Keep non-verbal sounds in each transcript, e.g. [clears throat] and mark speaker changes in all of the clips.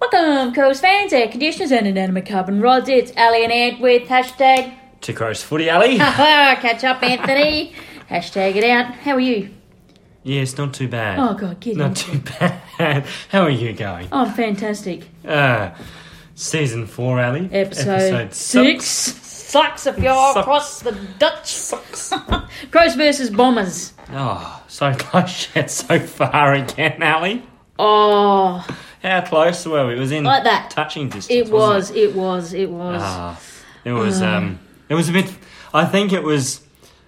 Speaker 1: Welcome, Coast fans, air conditioners, and inanimate carbon rods. It's Ali and Ant with hashtag [laughs] oh,
Speaker 2: To Crows Footy Alley.
Speaker 1: catch up, Anthony. hashtag it out. How are you?
Speaker 2: yes, not too bad.
Speaker 1: Oh, God, kidding.
Speaker 2: Not too [laughs] bad. How are you going?
Speaker 1: Oh, I'm fantastic.
Speaker 2: Uh, season 4, Alley.
Speaker 1: Episode, six. Sucks if you're
Speaker 2: Sucks.
Speaker 1: across the Dutch. Sucks. [laughs] Crows versus Bombers.
Speaker 2: [laughs] Oh, so close yet so far again, Alley.
Speaker 1: Oh,
Speaker 2: How close were we? It was in
Speaker 1: Like that.
Speaker 2: touching distance.
Speaker 1: it
Speaker 2: wasn't
Speaker 1: was, it was, it was. Uh.
Speaker 2: Ah, it was. Um, it was a bit. I think it was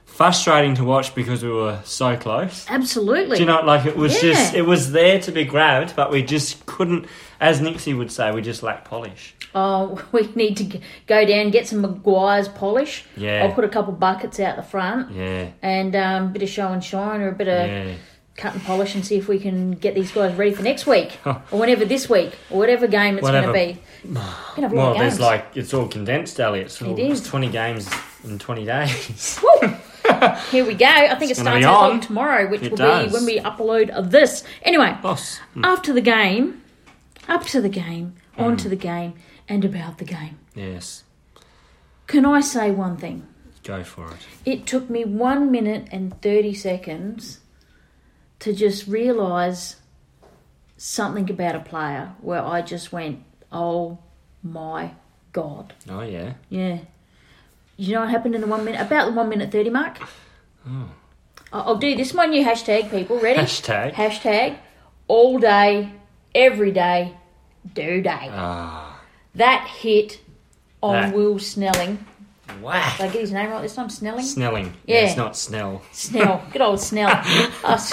Speaker 2: frustrating to watch because we were so close.
Speaker 1: Absolutely.
Speaker 2: Do you know, like it was
Speaker 1: Yeah.
Speaker 2: just, it was there to be grabbed, but we just couldn't. As Nixie would say, we just lacked polish.
Speaker 1: Oh, [laughs] we need to g- go down get some Maguire's polish.
Speaker 2: Yeah.
Speaker 1: I'll put a couple buckets out the front
Speaker 2: Yeah,
Speaker 1: and um, a bit of show and shine or a bit of
Speaker 2: yeah.
Speaker 1: cut and polish and see if we can get these guys ready for next week
Speaker 2: Huh.
Speaker 1: or whenever this week or whatever game it's going to
Speaker 2: Whatever.
Speaker 1: be. We're gonna have a lot
Speaker 2: Well,
Speaker 1: of
Speaker 2: there's
Speaker 1: games.
Speaker 2: like it's all condensed, Ali. It's, all,
Speaker 1: is.
Speaker 2: it's twenty games in
Speaker 1: [laughs]
Speaker 2: twenty days.
Speaker 1: Here we go. I think it
Speaker 2: gonna be
Speaker 1: starts out
Speaker 2: on.
Speaker 1: tomorrow, which
Speaker 2: It
Speaker 1: will
Speaker 2: does. Hmm.
Speaker 1: be when we upload this. Anyway,
Speaker 2: Boss,
Speaker 1: after the game, up to the game, on
Speaker 2: Hmm.
Speaker 1: to the game, and about the game.
Speaker 2: yes,
Speaker 1: Can I say one thing?
Speaker 2: go for it.
Speaker 1: It took me one minute and 30 seconds to just realise something about a player where I just went, oh my God.
Speaker 2: Oh yeah,
Speaker 1: Yeah. You know what happened in the one minute, about the one minute 30 mark? I- I'll do this one, you hashtag people. Ready?
Speaker 2: Oh.
Speaker 1: [laughs]
Speaker 2: Hashtag.
Speaker 1: Hashtag all day, every day, do day.
Speaker 2: ah,
Speaker 1: that hit on
Speaker 2: That-
Speaker 1: Will Snelling.
Speaker 2: whack.
Speaker 1: Did I get his name right this time? Snelling?
Speaker 2: Snelling.
Speaker 1: Yeah.
Speaker 2: it's not Snell.
Speaker 1: Snell. Good old
Speaker 2: [laughs]
Speaker 1: Snell. Oh, s-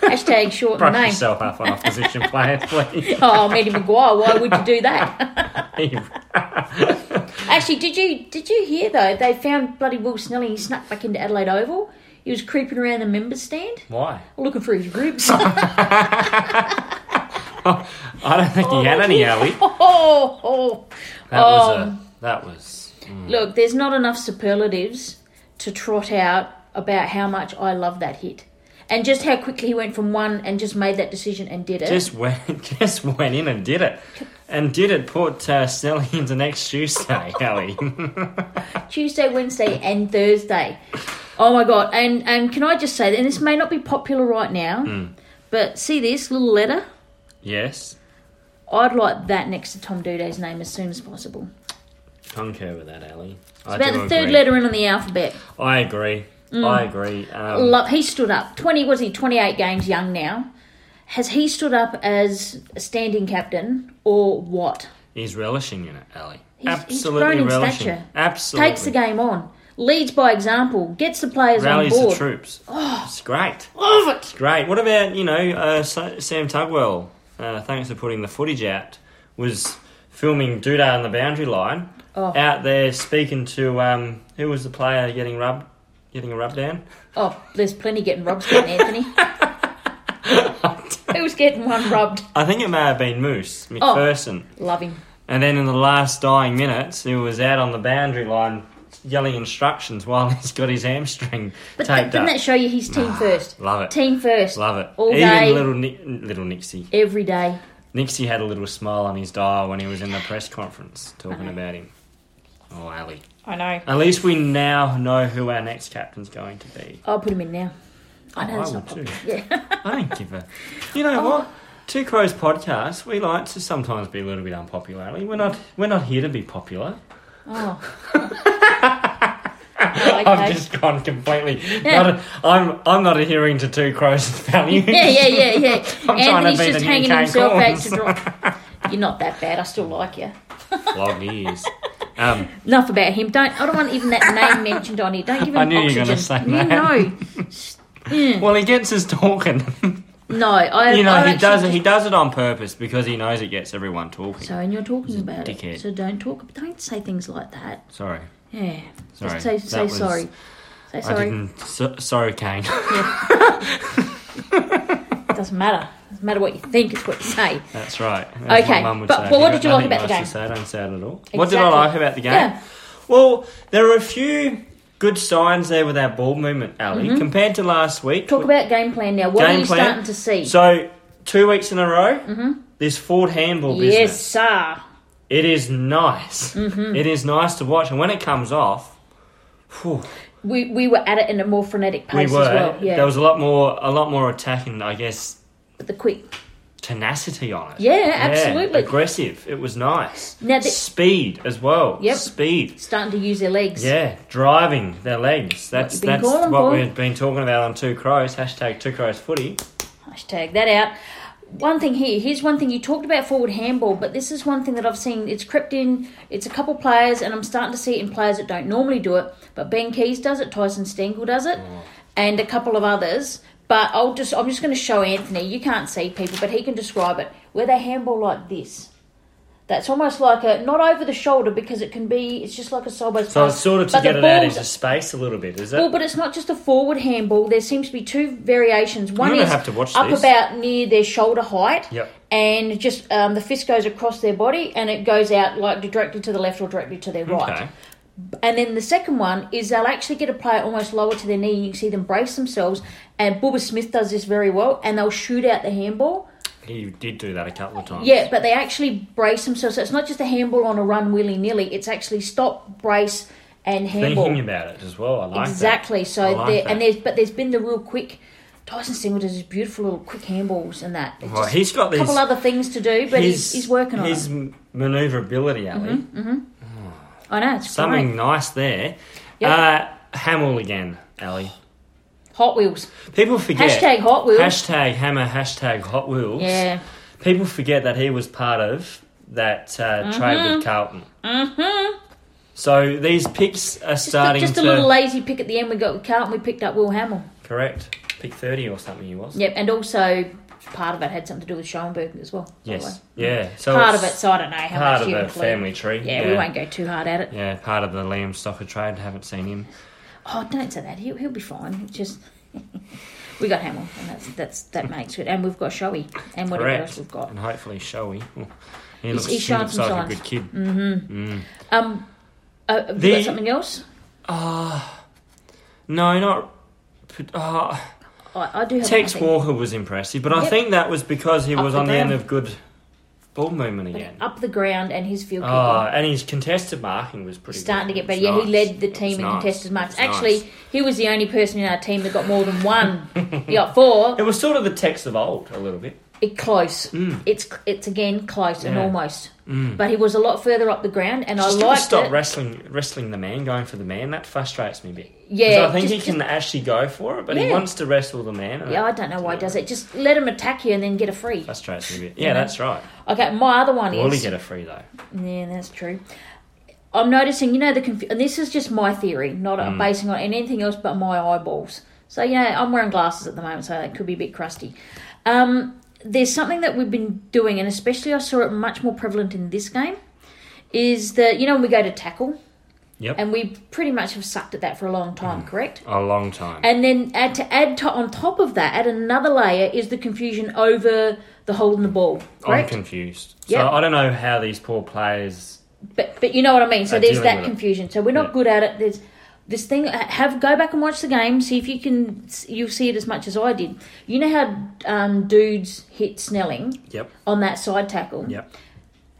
Speaker 1: hashtag short
Speaker 2: Brush
Speaker 1: name.
Speaker 2: yourself up
Speaker 1: [laughs]
Speaker 2: on opposition players, please.
Speaker 1: Oh, Matty Maguire, why would you do
Speaker 2: [laughs]
Speaker 1: that? Actually, did you did you hear though? They found bloody Will Snelling. He snuck back into Adelaide Oval. He was creeping around the members' stand,
Speaker 2: Why?
Speaker 1: looking for his ribs.
Speaker 2: I don't think he had any, Ali.
Speaker 1: [laughs] oh, oh.
Speaker 2: That was
Speaker 1: Um,
Speaker 2: a. That was.
Speaker 1: Look, there's not enough superlatives to trot out about how much I love that hit. And just how quickly he went from one and just made that decision and did it.
Speaker 2: Just went, [laughs] just went in and did it, and did it put uh, Snelling into next Tuesday, [laughs] Ali.
Speaker 1: [laughs] Tuesday, Wednesday, and Thursday. Oh my god! And and can I just say, and this may not be popular right now,
Speaker 2: Hmm.
Speaker 1: but see this little letter.
Speaker 2: yes,
Speaker 1: I'd like that next to Tom Duday's name as soon as possible.
Speaker 2: concur with that, Ali. I
Speaker 1: About
Speaker 2: do
Speaker 1: the third
Speaker 2: agree.
Speaker 1: letter in on the alphabet.
Speaker 2: I agree.
Speaker 1: Mm.
Speaker 2: I agree. Um,
Speaker 1: Love, he stood up. Twenty was he? Twenty-eight games young now. Has he stood up as a standing captain or what?
Speaker 2: he's relishing in it, Ali.
Speaker 1: He's- he's
Speaker 2: Absolutely
Speaker 1: grown in
Speaker 2: relishing.
Speaker 1: stature.
Speaker 2: Absolutely.
Speaker 1: Takes the game on, leads by example, gets the players
Speaker 2: Rallies
Speaker 1: on
Speaker 2: the
Speaker 1: board. Oh.
Speaker 2: troops. it's great.
Speaker 1: Love it.
Speaker 2: Great. What about you know uh, Sa- Sam Tugwell? Uh, thanks for putting the footage out. Was filming Duda on the boundary line
Speaker 1: Oh.
Speaker 2: out there speaking to um, who was the player getting rubbed, getting a rub down.
Speaker 1: Oh, there's plenty getting rubbed, getting
Speaker 2: [laughs]
Speaker 1: Anthony. Who's getting one rubbed?
Speaker 2: I think it may have been Moose
Speaker 1: Oh.
Speaker 2: McPherson.
Speaker 1: Love him.
Speaker 2: And then in the last dying minutes, he was out on the boundary line yelling instructions while [laughs] he's got his hamstring
Speaker 1: But th-
Speaker 2: taped
Speaker 1: didn't
Speaker 2: up.
Speaker 1: that show you his team first?
Speaker 2: Love it.
Speaker 1: Team first.
Speaker 2: Love it.
Speaker 1: All
Speaker 2: Even
Speaker 1: day,
Speaker 2: little Ni- little Nixie.
Speaker 1: every day.
Speaker 2: Nixie had a little smile on his dial when he was in the press conference
Speaker 1: Uh-huh.
Speaker 2: talking about him. Oh, Ali.
Speaker 1: I know.
Speaker 2: At least we now know who our next captain's going to be.
Speaker 1: I'll put him in now. I know
Speaker 2: Oh, I
Speaker 1: it's
Speaker 2: will
Speaker 1: not
Speaker 2: too.
Speaker 1: popular. [laughs] Yeah. Oh.
Speaker 2: I don't give a. You know what? Two Crows podcast. We like to sometimes be a little bit unpopular. Ali. We're not. We're not here to be popular.
Speaker 1: Oh.
Speaker 2: [laughs] I've [laughs]
Speaker 1: okay.
Speaker 2: just gone completely. Not a, I'm. I'm not adhering to Two Crows [laughs] values.
Speaker 1: Yeah, yeah, yeah, yeah.
Speaker 2: [laughs] I'm trying to
Speaker 1: Anthony's
Speaker 2: be
Speaker 1: just
Speaker 2: the new
Speaker 1: hanging
Speaker 2: Kane
Speaker 1: himself out
Speaker 2: Corns.
Speaker 1: to
Speaker 2: [laughs]
Speaker 1: dry. You're not that bad. I still like you.
Speaker 2: Long ears. Um,
Speaker 1: Enough about him. Don't. I don't want even that name mentioned on here. Don't give him
Speaker 2: [laughs] I knew you were
Speaker 1: oxygen.
Speaker 2: gonna say
Speaker 1: you
Speaker 2: that. [laughs]
Speaker 1: know.
Speaker 2: well, he gets us talking. [laughs]
Speaker 1: No, I.
Speaker 2: you know,
Speaker 1: I
Speaker 2: he
Speaker 1: actually
Speaker 2: does it.
Speaker 1: just-
Speaker 2: He does it on purpose because he knows it gets everyone talking.
Speaker 1: So, and you're talking about it.
Speaker 2: dickhead.
Speaker 1: So don't talk. Don't say things like that.
Speaker 2: Sorry,
Speaker 1: Yeah.
Speaker 2: Sorry,
Speaker 1: Just say,
Speaker 2: that
Speaker 1: say
Speaker 2: was-
Speaker 1: sorry. Say
Speaker 2: I
Speaker 1: sorry.
Speaker 2: didn't. So, sorry,
Speaker 1: [laughs]
Speaker 2: Kane.
Speaker 1: It doesn't matter. It doesn't matter what you think. It's what you say.
Speaker 2: That's right. That's
Speaker 1: Okay,
Speaker 2: what Mum would
Speaker 1: but-
Speaker 2: say.
Speaker 1: but what
Speaker 2: If
Speaker 1: did you
Speaker 2: got
Speaker 1: like
Speaker 2: nothing
Speaker 1: about the
Speaker 2: nice to Say, don't say it at all. What
Speaker 1: Exactly.
Speaker 2: did I like about the game?
Speaker 1: Yeah.
Speaker 2: Well, there were a few good signs there with our ball movement, Ali,
Speaker 1: Mm-hmm.
Speaker 2: compared to last week.
Speaker 1: Talk about game plan now. What are you starting to see?
Speaker 2: So two weeks in a row, This Ford handball
Speaker 1: Mm-hmm. Yes,
Speaker 2: business,
Speaker 1: sir.
Speaker 2: it is nice.
Speaker 1: Mm-hmm.
Speaker 2: It is nice to watch, and when it comes off, phew,
Speaker 1: We we were at it in a more frenetic
Speaker 2: we
Speaker 1: pace
Speaker 2: were
Speaker 1: as well. Yeah,
Speaker 2: there was a lot more, a lot more attacking, I guess,
Speaker 1: but the quick.
Speaker 2: tenacity on it.
Speaker 1: Yeah, absolutely.
Speaker 2: aggressive. It was nice.
Speaker 1: Now the-
Speaker 2: Speed as well.
Speaker 1: Yep.
Speaker 2: Speed.
Speaker 1: starting to use their legs.
Speaker 2: Yeah, driving their legs. That's
Speaker 1: you've been
Speaker 2: that's
Speaker 1: calling
Speaker 2: what
Speaker 1: for.
Speaker 2: we've been talking about on Two Crows. Hashtag Two Crows Footy.
Speaker 1: Hashtag that out. One thing here, here's one thing you talked about forward handball, but this is one thing that I've seen. It's crept in. It's a couple players, and I'm starting to see it in players that don't normally do it. But Ben Keys does it. Tyson Stengel does it,
Speaker 2: Oh.
Speaker 1: and a couple of others. But I'll just I'm just going to show Anthony. You can't see people, but he can describe it. Where they handball like this. That's almost like a not over the shoulder because it can be. It's just like a side
Speaker 2: So it's sort of to
Speaker 1: but
Speaker 2: get
Speaker 1: the
Speaker 2: it out
Speaker 1: ball's-
Speaker 2: into space a little bit, is it?
Speaker 1: Well, but it's not just a forward handball. There seems to be two variations. One
Speaker 2: gonna
Speaker 1: is
Speaker 2: have to watch
Speaker 1: up
Speaker 2: this.
Speaker 1: about near their shoulder height,
Speaker 2: Yep.
Speaker 1: and just um, the fist goes across their body, and it goes out like directly to the left or directly to their right.
Speaker 2: Okay.
Speaker 1: And then the second one is they'll actually get a player almost lower to their knee. You can see them brace themselves, and Bubba Smith does this very well, and they'll shoot out the handball.
Speaker 2: He did do that a couple of times.
Speaker 1: Yeah, but they actually brace themselves. So it's not just a handball on a run willy nilly. It's actually stop, brace, and handball.
Speaker 2: Thinking about it as well. I like
Speaker 1: Exactly.
Speaker 2: that. I
Speaker 1: So
Speaker 2: like
Speaker 1: there,
Speaker 2: that.
Speaker 1: and there's but there's been the real quick. Tyson Singleton does his beautiful little quick handballs and that. It's
Speaker 2: Well,
Speaker 1: just
Speaker 2: he's got
Speaker 1: a
Speaker 2: these.
Speaker 1: couple other things to do, but
Speaker 2: his,
Speaker 1: he's, he's working on
Speaker 2: his
Speaker 1: it. Mm-hmm.
Speaker 2: m- manoeuvrability, Ali.
Speaker 1: I know it's
Speaker 2: Something
Speaker 1: great.
Speaker 2: nice there.
Speaker 1: Yep.
Speaker 2: Uh, Hamill again, Ali.
Speaker 1: Hot Wheels.
Speaker 2: People forget.
Speaker 1: Hashtag Hot Wheels.
Speaker 2: Hashtag Hammer. Hashtag Hot Wheels.
Speaker 1: Yeah.
Speaker 2: People forget that he was part of that uh, trade with Carlton. Mm-hmm. So these picks are
Speaker 1: Just, a,
Speaker 2: starting
Speaker 1: just a
Speaker 2: to
Speaker 1: little lazy pick at the end. We got Carlton. We picked up Will Hamill.
Speaker 2: correct. Pick thirty or something he was.
Speaker 1: Yep, and also part of it had something to do with Schoenberg as well. by the
Speaker 2: Yes.
Speaker 1: way.
Speaker 2: Yeah. So
Speaker 1: part of
Speaker 2: it's
Speaker 1: it. So I don't know how
Speaker 2: part
Speaker 1: much
Speaker 2: of
Speaker 1: you
Speaker 2: a
Speaker 1: include.
Speaker 2: family tree.
Speaker 1: Yeah, we won't go too hard at it.
Speaker 2: Yeah, part of the Liam Stocker trade. Haven't seen him.
Speaker 1: Oh, don't say that. He'll, he'll be fine. It's just [laughs] we got Hamill, and that's that's
Speaker 2: [laughs]
Speaker 1: that makes it. And we've got Showy, and whatever
Speaker 2: Correct.
Speaker 1: else we've got.
Speaker 2: And hopefully Showy. He
Speaker 1: He's- he's
Speaker 2: looks, he
Speaker 1: shown
Speaker 2: looks
Speaker 1: some
Speaker 2: like
Speaker 1: signs.
Speaker 2: a good kid.
Speaker 1: Um, uh, have you
Speaker 2: The-
Speaker 1: got something else?
Speaker 2: No, not. Uh,
Speaker 1: I, I do have.
Speaker 2: Tex
Speaker 1: nothing.
Speaker 2: Walker was impressive, but I
Speaker 1: Yep.
Speaker 2: think that was because he
Speaker 1: Up
Speaker 2: was
Speaker 1: the
Speaker 2: on the end
Speaker 1: ground.
Speaker 2: of good ball movement again.
Speaker 1: up the ground, and his field
Speaker 2: Oh,
Speaker 1: kicking
Speaker 2: and his contested marking was pretty
Speaker 1: starting to
Speaker 2: good.
Speaker 1: get better.
Speaker 2: It
Speaker 1: Yeah,
Speaker 2: was
Speaker 1: he
Speaker 2: nice.
Speaker 1: led the
Speaker 2: It was
Speaker 1: team in
Speaker 2: nice.
Speaker 1: contested marks.
Speaker 2: It was
Speaker 1: Actually,
Speaker 2: nice.
Speaker 1: he was the only person in our team that got more than one.
Speaker 2: [laughs]
Speaker 1: he got four.
Speaker 2: it was sort of the Tex of old a little bit.
Speaker 1: It close. It's it's again close and
Speaker 2: Mm. Yeah. Mm.
Speaker 1: almost. But he was a lot further up the ground, and
Speaker 2: Just
Speaker 1: I
Speaker 2: gotta
Speaker 1: liked
Speaker 2: stop
Speaker 1: it.
Speaker 2: wrestling wrestling the man, going for the man. That frustrates me a bit. 'Cause
Speaker 1: Yeah,
Speaker 2: I think
Speaker 1: just-
Speaker 2: he can actually go for it, but he
Speaker 1: Yeah.
Speaker 2: wants to wrestle the man. and
Speaker 1: yeah, I
Speaker 2: that
Speaker 1: don't know why he does it. Just let him attack you and then get a free.
Speaker 2: Frustrates me a bit. Yeah, that's right.
Speaker 1: Okay, my other one
Speaker 2: Will he
Speaker 1: is
Speaker 2: get a free though?
Speaker 1: Yeah, that's true. I'm noticing, you know, the conf- and this is just my theory, not uh basing on anything else but my eyeballs. So you know, I'm wearing glasses at the moment, so that could be a bit crusty. Um, there's something that we've been doing, and especially I saw it much more prevalent in this game, is that you know when we go to tackle,
Speaker 2: Yep.
Speaker 1: and we pretty much have sucked at that for a long time, correct?
Speaker 2: a long time.
Speaker 1: And then add to add to, on top of that, add another layer is the confusion over the holding the ball,
Speaker 2: I'm
Speaker 1: correct?
Speaker 2: confused.
Speaker 1: Yeah.
Speaker 2: So I don't know how these poor players.
Speaker 1: but but you know what I mean. So
Speaker 2: Uh,
Speaker 1: there's
Speaker 2: dealing
Speaker 1: that
Speaker 2: with it.
Speaker 1: confusion. So we're not
Speaker 2: Yeah.
Speaker 1: good at it. There's this thing. Have go back and watch the game. See if you can. You'll see it as much as I did. You know how um, dudes hit Snelling
Speaker 2: Yep.
Speaker 1: on that side tackle.
Speaker 2: Yep.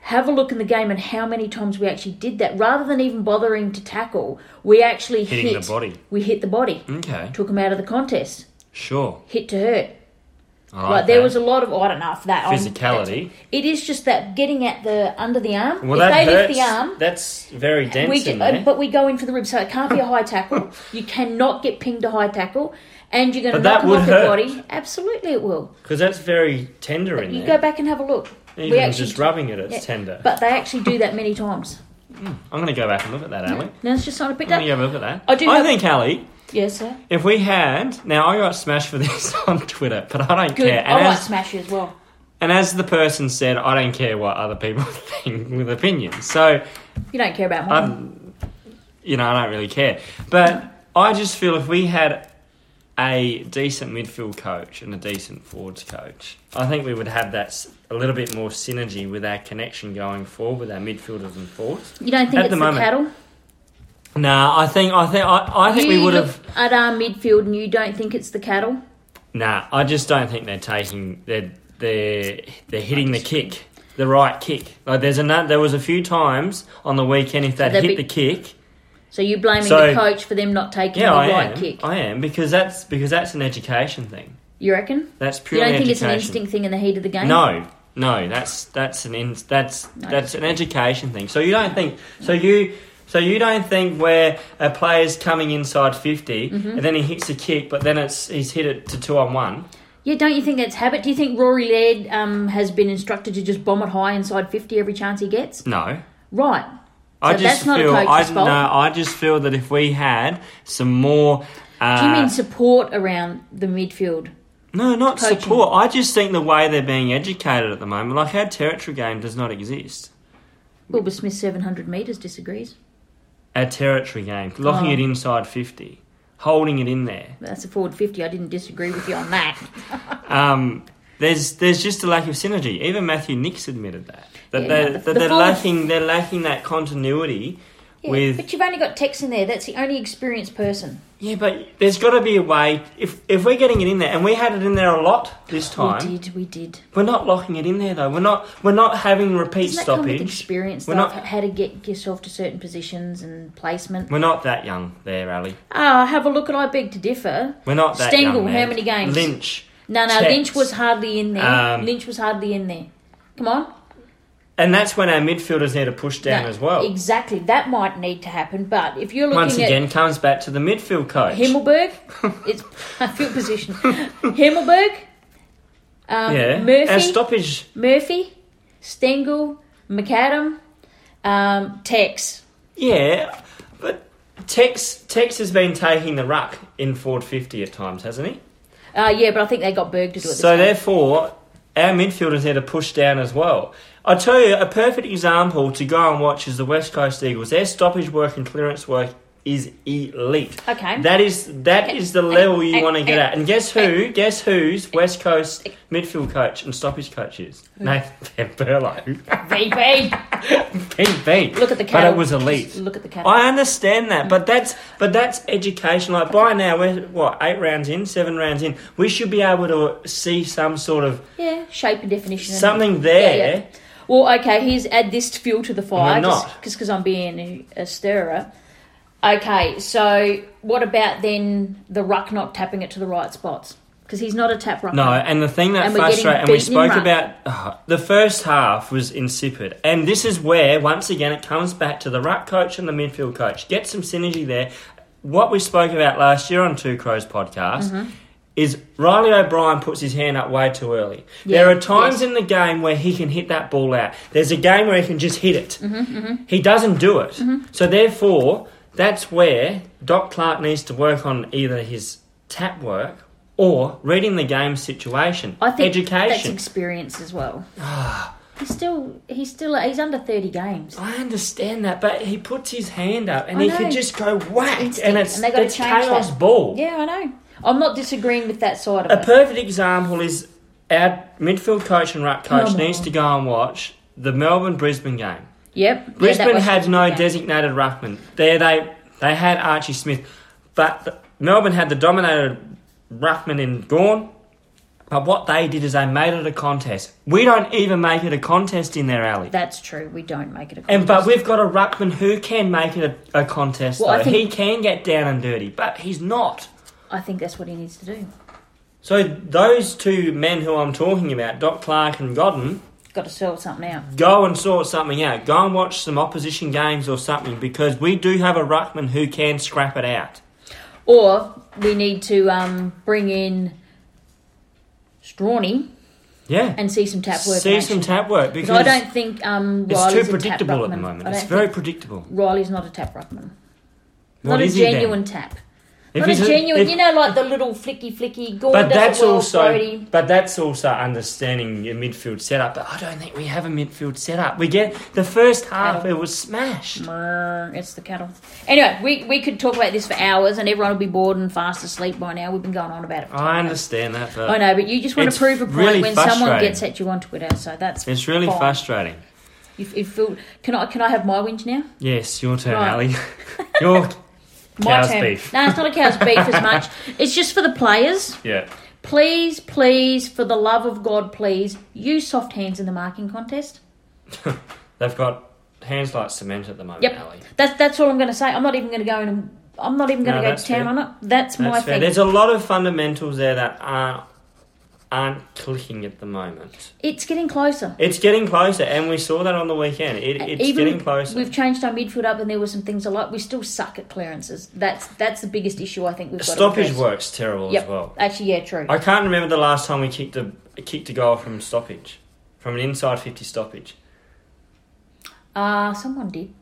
Speaker 1: Have a look in the game and how many times we actually did that. Rather than even bothering to tackle, we actually
Speaker 2: Hitting
Speaker 1: hit
Speaker 2: the body. Mm.
Speaker 1: We hit the body.
Speaker 2: Okay.
Speaker 1: Took him out of the contest.
Speaker 2: Sure.
Speaker 1: Hit to hurt.
Speaker 2: I
Speaker 1: Like there was a lot of oh, I don't know if that I'm-
Speaker 2: Physicality.
Speaker 1: it is just that getting at the under the arm.
Speaker 2: well,
Speaker 1: if they
Speaker 2: that hurts.
Speaker 1: lift the arm,
Speaker 2: That's very dense
Speaker 1: we
Speaker 2: in
Speaker 1: get,
Speaker 2: there.
Speaker 1: uh, but we go in for the rib, so it can't be a high
Speaker 2: [laughs]
Speaker 1: tackle. you cannot get pinged a high tackle, and you're going to
Speaker 2: But that
Speaker 1: knock them
Speaker 2: would
Speaker 1: off
Speaker 2: hurt.
Speaker 1: their body. Absolutely, it will.
Speaker 2: Because that's very tender in
Speaker 1: You go
Speaker 2: there.
Speaker 1: back and have a look.
Speaker 2: Even
Speaker 1: we actually,
Speaker 2: just rubbing it, it's
Speaker 1: yeah,
Speaker 2: tender.
Speaker 1: but they actually do that many times.
Speaker 2: I'm going to go back and look at that, Ali.
Speaker 1: Now it's just something I picked
Speaker 2: Let
Speaker 1: up.
Speaker 2: me uh, have a look at that.
Speaker 1: I do have-
Speaker 2: think, Ali,
Speaker 1: Yes, sir.
Speaker 2: if we had now, I got smashed for [laughs] this on Twitter, but I don't
Speaker 1: Good.
Speaker 2: care.
Speaker 1: I
Speaker 2: And
Speaker 1: might
Speaker 2: as,
Speaker 1: smash you as well.
Speaker 2: and as the person said, I don't care what other people [laughs] think with opinions. So
Speaker 1: You don't care about mine.
Speaker 2: I'm, you know, I don't really care. But I just feel if we had a decent midfield coach and a decent forwards coach, I think we would have that s- a little bit more synergy with our connection going forward with our midfielders and forwards.
Speaker 1: you don't think
Speaker 2: at
Speaker 1: it's
Speaker 2: the
Speaker 1: the,
Speaker 2: moment,
Speaker 1: cattle?
Speaker 2: Nah, I think I think I, I think
Speaker 1: You
Speaker 2: we would
Speaker 1: look
Speaker 2: have.
Speaker 1: at our midfield, and you don't think it's the cattle.
Speaker 2: Nah, I just don't think they're taking they're they're they're hitting the kick, the right kick. Like there's a there was a few times on the weekend if they'd
Speaker 1: they'd
Speaker 2: hit
Speaker 1: be-
Speaker 2: the kick.
Speaker 1: So you blaming
Speaker 2: So-
Speaker 1: the coach for them not taking
Speaker 2: Yeah,
Speaker 1: the
Speaker 2: I
Speaker 1: right
Speaker 2: am.
Speaker 1: kick?
Speaker 2: I am because that's because that's an education thing.
Speaker 1: You reckon?
Speaker 2: That's
Speaker 1: You
Speaker 2: purely
Speaker 1: don't think it's an
Speaker 2: education.
Speaker 1: instinct thing in the heat of the game?
Speaker 2: No, no, that's that's an in, that's
Speaker 1: No.
Speaker 2: that's an education thing. So you don't think so you so you don't think where a player's coming inside 50
Speaker 1: Mm-hmm.
Speaker 2: and then he hits a kick, but then it's he's hit it to two on one.
Speaker 1: Yeah, don't you think that's habit? Do you think Rory Laird um, has been instructed to just bomb it high inside 50 every chance he gets?
Speaker 2: No.
Speaker 1: Right.
Speaker 2: I
Speaker 1: So
Speaker 2: just
Speaker 1: that's not a
Speaker 2: feel I
Speaker 1: coach's fault?
Speaker 2: no, I just feel that if we had some more uh,
Speaker 1: Do you mean support around the midfield?
Speaker 2: no, not
Speaker 1: coaching?
Speaker 2: support. I just think the way they're being educated at the moment, like our territory game does not exist.
Speaker 1: Wilbur Smith, 700 metres, disagrees.
Speaker 2: Our territory game, locking
Speaker 1: Oh.
Speaker 2: it inside fifty, holding it in there.
Speaker 1: But That's a forward 50. I didn't disagree with you on that.
Speaker 2: Um, there's there's just a lack of synergy. Even Matthew Nix admitted that that
Speaker 1: Yeah,
Speaker 2: they're,
Speaker 1: the-
Speaker 2: that
Speaker 1: the
Speaker 2: they're
Speaker 1: forward-
Speaker 2: lacking they're lacking that continuity.
Speaker 1: Yeah,
Speaker 2: with
Speaker 1: But you've only got Tex in there. That's the only experienced person.
Speaker 2: yeah, but there's got to be a way. If if we're getting it in there, and we had it in there a lot this time,
Speaker 1: We did, we did.
Speaker 2: we're not locking it in there though. We're not we're not having repeat
Speaker 1: Doesn't that come with
Speaker 2: stoppage.
Speaker 1: experience,
Speaker 2: We're
Speaker 1: though,
Speaker 2: not-
Speaker 1: of how to get yourself to certain positions and placement?
Speaker 2: We're not that young there, Ali.
Speaker 1: Ah, have a look at I Beg to Differ.
Speaker 2: We're not that
Speaker 1: Stengel,
Speaker 2: young. there.
Speaker 1: how many games?
Speaker 2: Lynch,
Speaker 1: No, no,
Speaker 2: Tex.
Speaker 1: Lynch was hardly in there.
Speaker 2: Um,
Speaker 1: Lynch was hardly in there. Come on.
Speaker 2: and that's when our midfielders need to push down
Speaker 1: No,
Speaker 2: as well.
Speaker 1: Exactly. That might need to happen, but if you're looking
Speaker 2: Once again,
Speaker 1: at
Speaker 2: comes back to the midfield coach. [laughs]
Speaker 1: Himmelberg, it's I feel position. Himmelberg, um,
Speaker 2: yeah,
Speaker 1: Murphy,
Speaker 2: our stoppage.
Speaker 1: Murphy, Stengel, McAdam, um, Tex.
Speaker 2: Yeah, but Tex Tex has been taking the ruck in Ford 50 at times, hasn't he?
Speaker 1: Uh, yeah, but I think they got Berg to do it. This
Speaker 2: So
Speaker 1: time.
Speaker 2: therefore, our midfielders need to push down as well. I tell you, a perfect example to go and watch is the West Coast Eagles. Their stoppage work and clearance work is elite.
Speaker 1: Okay.
Speaker 2: That is that is the level you
Speaker 1: eh,
Speaker 2: want to get
Speaker 1: eh,
Speaker 2: at. And guess who? Guess who's West Coast midfield coach and stoppage coach is? Nathan Burlow.
Speaker 1: VP.
Speaker 2: Pete beat.
Speaker 1: Look at the
Speaker 2: But
Speaker 1: cattle.
Speaker 2: it was elite.
Speaker 1: Just look at the cattle.
Speaker 2: I understand that, but that's but that's education. Like by now, we're what eight rounds in, seven rounds in. We should be able to see some sort of
Speaker 1: yeah, shape and definition. and-
Speaker 2: something there.
Speaker 1: Yeah, yeah. Well, okay, here's add this fuel to the fire.
Speaker 2: I'm
Speaker 1: just-
Speaker 2: not.
Speaker 1: Just because I'm being a, a stirrer. Okay, so what about then the ruck not tapping it to the right spots? Because he's not a tap ruck.
Speaker 2: No, and the thing that
Speaker 1: And we're getting
Speaker 2: frustrates, and we
Speaker 1: beaten in
Speaker 2: spoke
Speaker 1: ruck.
Speaker 2: about ugh, the first half was insipid, and this is where once again it comes back to the ruck coach and the midfield coach. Get some synergy there. What we spoke about last year on Two Crows podcast
Speaker 1: Mm-hmm.
Speaker 2: is Riley O'Brien puts his hand up way too early.
Speaker 1: Yeah,
Speaker 2: there are times
Speaker 1: yes.
Speaker 2: in the game where he can hit that ball out. There's a game where he can just hit it. He doesn't do it.
Speaker 1: Mm-hmm.
Speaker 2: So therefore, that's where Doc Clark needs to work on either his tap work or reading the game situation.
Speaker 1: I think that's
Speaker 2: education.
Speaker 1: experience as
Speaker 2: [sighs]
Speaker 1: well. he's still he's still he's under thirty games.
Speaker 2: I understand that, but he puts his hand up and
Speaker 1: I
Speaker 2: he
Speaker 1: know.
Speaker 2: could just go whack,
Speaker 1: Instinct,
Speaker 2: and it's,
Speaker 1: and they gotta
Speaker 2: it's
Speaker 1: change
Speaker 2: chaos
Speaker 1: that.
Speaker 2: ball.
Speaker 1: Yeah, I know. I'm not disagreeing with that side
Speaker 2: A
Speaker 1: of it.
Speaker 2: perfect example is our midfield coach and ruck coach
Speaker 1: Come
Speaker 2: needs
Speaker 1: on.
Speaker 2: to go and watch the Melbourne Brisbane game.
Speaker 1: Yep. Yeah,
Speaker 2: Brisbane
Speaker 1: that was-
Speaker 2: had no
Speaker 1: yeah.
Speaker 2: designated ruckman. There they they had Archie Smith, but the, Melbourne had the dominated ruckman in Gorn. But what they did is they made it a contest. We don't even make it a contest in their alley.
Speaker 1: That's true. We don't make it a
Speaker 2: And but
Speaker 1: contest.
Speaker 2: we've got a ruckman who can make it a, a contest.
Speaker 1: Well, I
Speaker 2: though.
Speaker 1: think-
Speaker 2: he can get down and dirty, but he's not.
Speaker 1: I think that's what he needs to do.
Speaker 2: So those two men who I'm talking about, Doc Clark and Godden,
Speaker 1: Got to sell something out.
Speaker 2: go and sort something out. Go and watch some opposition games or something because we do have a ruckman who can scrap it out.
Speaker 1: Or we need to um, bring in Strawny
Speaker 2: Yeah.
Speaker 1: and see some tap work.
Speaker 2: see
Speaker 1: in
Speaker 2: some
Speaker 1: action.
Speaker 2: tap work because
Speaker 1: I don't think um,
Speaker 2: it's
Speaker 1: Riley's
Speaker 2: too
Speaker 1: a tap
Speaker 2: predictable at the
Speaker 1: ruckman.
Speaker 2: moment.
Speaker 1: I
Speaker 2: It's
Speaker 1: don't
Speaker 2: very
Speaker 1: think
Speaker 2: predictable.
Speaker 1: Riley's not a tap ruckman.
Speaker 2: What
Speaker 1: not a
Speaker 2: is he then?
Speaker 1: genuine tap.
Speaker 2: If
Speaker 1: not a
Speaker 2: he's
Speaker 1: genuine,
Speaker 2: if-
Speaker 1: you know, like the little flicky flicky. Gordon
Speaker 2: But that's
Speaker 1: well,
Speaker 2: also
Speaker 1: floaty.
Speaker 2: but that's also understanding your midfield setup. But I don't think we have a midfield setup. We get the first half
Speaker 1: Cattle.
Speaker 2: it was smashed.
Speaker 1: Brr, It's the cattle. Anyway, we, we could talk about this for hours, and everyone will be bored and fast asleep by now. We've been going on about it. For
Speaker 2: I understand that, but
Speaker 1: I know, but you just want
Speaker 2: Oh, It's
Speaker 1: to prove a point
Speaker 2: really
Speaker 1: when someone
Speaker 2: frustrating.
Speaker 1: gets at you on Twitter, so that's
Speaker 2: it's really
Speaker 1: fine.
Speaker 2: frustrating.
Speaker 1: You, you feel, can I can I have my whinge now?
Speaker 2: Yes, your turn,
Speaker 1: Right. [laughs]
Speaker 2: Ali. your
Speaker 1: My
Speaker 2: cow's
Speaker 1: turn.
Speaker 2: beef. [laughs]
Speaker 1: No, it's not a cow's beef as much. It's just for the players.
Speaker 2: Yeah.
Speaker 1: Please, please, for the love of God, please use soft hands in the marking contest.
Speaker 2: They've got hands like cement at the moment,
Speaker 1: Yep.
Speaker 2: Ali.
Speaker 1: That's that's all I'm going to say. I'm not even going to go in. I'm not even going
Speaker 2: No,
Speaker 1: to go
Speaker 2: that's
Speaker 1: to town
Speaker 2: fair.
Speaker 1: on it. That's, my
Speaker 2: That's fair.
Speaker 1: thing.
Speaker 2: There's a lot of fundamentals there that aren't aren't clicking at the moment.
Speaker 1: It's getting closer.
Speaker 2: It's getting closer, and we saw that on the weekend. It, it's
Speaker 1: Even
Speaker 2: getting closer.
Speaker 1: We've changed our midfield up, and there were some things I like. We still suck at clearances. That's that's the biggest issue I think we've got. to
Speaker 2: Stoppage
Speaker 1: address.
Speaker 2: works terrible
Speaker 1: Yep.
Speaker 2: as well.
Speaker 1: Actually, yeah, true.
Speaker 2: I can't remember the last time we kicked a kicked a goal from stoppage, from an inside fifty stoppage.
Speaker 1: Uh, someone did,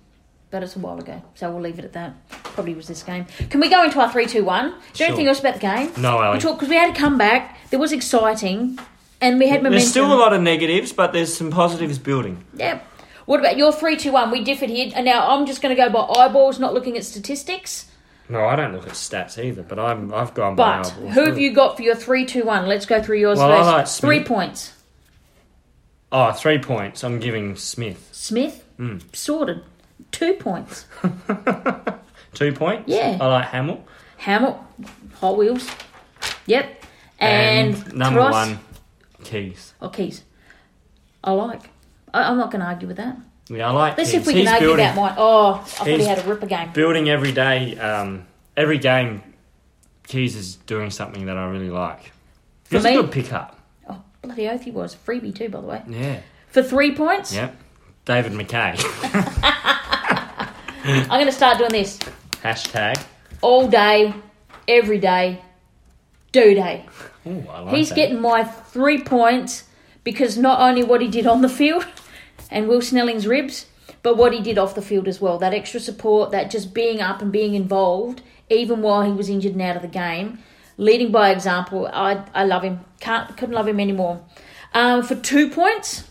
Speaker 1: but it's a while ago, so we'll leave it at that. Probably was this game. Can we go into our three, two, one? Is there
Speaker 2: Sure.
Speaker 1: anything else about the game?
Speaker 2: No, Ali.
Speaker 1: We talked because we had a comeback. There was exciting, and we had momentum.
Speaker 2: There's still a lot of negatives, but there's some positives building.
Speaker 1: Yep. What about your three, two, one? We differed here, and now I'm just going to go by eyeballs, not looking at statistics.
Speaker 2: No, I don't look at stats either, but I'm I've gone by.
Speaker 1: But
Speaker 2: eyeballs.
Speaker 1: who have you got for your three, two, one? Let's go through yours
Speaker 2: Well, I
Speaker 1: first.
Speaker 2: like Smith.
Speaker 1: three points.
Speaker 2: Oh, three points. I'm giving Smith
Speaker 1: Smith,
Speaker 2: Hmm.
Speaker 1: sorted. Two points.
Speaker 2: two points.
Speaker 1: Yeah.
Speaker 2: I like Hamill.
Speaker 1: Hamill, Hot Wheels. Yep. And,
Speaker 2: number
Speaker 1: Taras-
Speaker 2: one, Keys.
Speaker 1: Oh, Keys. I like. I, I'm not going to argue with that.
Speaker 2: Yeah, I like.
Speaker 1: Let's see if
Speaker 2: Keys.
Speaker 1: we can
Speaker 2: He's
Speaker 1: argue
Speaker 2: building,
Speaker 1: about mine. Oh, I thought he
Speaker 2: He's-
Speaker 1: had a ripper game.
Speaker 2: building every day. Um, every game, Keys is doing something that I really like. It's a
Speaker 1: me-
Speaker 2: good pickup.
Speaker 1: Oh, bloody oath he was. Freebie too, by the way.
Speaker 2: Yeah.
Speaker 1: For three points,
Speaker 2: Yep. David McKay. [laughs]
Speaker 1: I'm going to start doing this
Speaker 2: Hashtag.
Speaker 1: all day, every day, do day.
Speaker 2: Ooh, I like
Speaker 1: He's
Speaker 2: that.
Speaker 1: getting my three points because not only what he did on the field [laughs] and Will Snelling's ribs, but what he did off the field as well. That extra support, that just being up and being involved, even while he was injured and out of the game, leading by example. I I love him. Can't couldn't love him anymore. Um, for two points,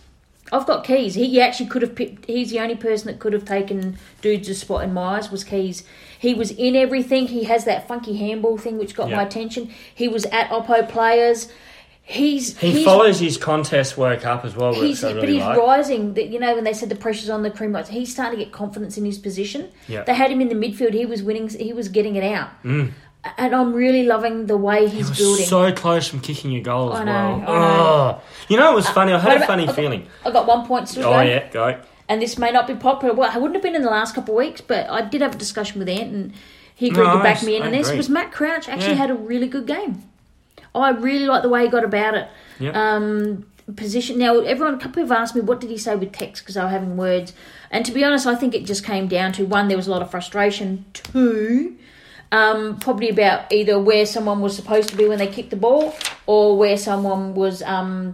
Speaker 1: I've got Keys. He, he actually could have picked. He's the only person that could have taken dude's spot in my eyes was Keys. He was in everything. He has that funky handball thing which got my
Speaker 2: Yeah.
Speaker 1: attention. He was at Oppo players. He's
Speaker 2: He
Speaker 1: he's,
Speaker 2: follows his contest work up as well,
Speaker 1: He's
Speaker 2: which I
Speaker 1: but
Speaker 2: really
Speaker 1: he's
Speaker 2: like.
Speaker 1: rising. That you know when they said the pressure's on the cream lights, he's starting to get confidence in his position.
Speaker 2: Yeah. Mm.
Speaker 1: They had him in the midfield. He was winning. He was getting it out. And I'm really loving the way he's
Speaker 2: was
Speaker 1: building.
Speaker 2: so close from kicking a goal as
Speaker 1: I know,
Speaker 2: well.
Speaker 1: I know. Uh,
Speaker 2: Oh. You know, it was funny. I
Speaker 1: What
Speaker 2: had a
Speaker 1: about-
Speaker 2: funny
Speaker 1: I've got-
Speaker 2: feeling.
Speaker 1: I've got one point still. to
Speaker 2: Oh
Speaker 1: go.
Speaker 2: yeah, go.
Speaker 1: and this may not be popular. Well, I wouldn't have been in the last couple of weeks, but I did have a discussion with Ant, and he agreed
Speaker 2: No,
Speaker 1: to back
Speaker 2: I-
Speaker 1: me in.
Speaker 2: I
Speaker 1: And this
Speaker 2: agree.
Speaker 1: was Matt Crouch actually
Speaker 2: Yeah.
Speaker 1: had a really good game. I really like the way he got about it.
Speaker 2: Yep.
Speaker 1: Um, position now, everyone. A couple have asked me what did he say with text because they were having words, and to be honest, I think it just came down to one, there was a lot of frustration. Two. Um, probably about either where someone was supposed to be when they kicked the ball, or where someone was um,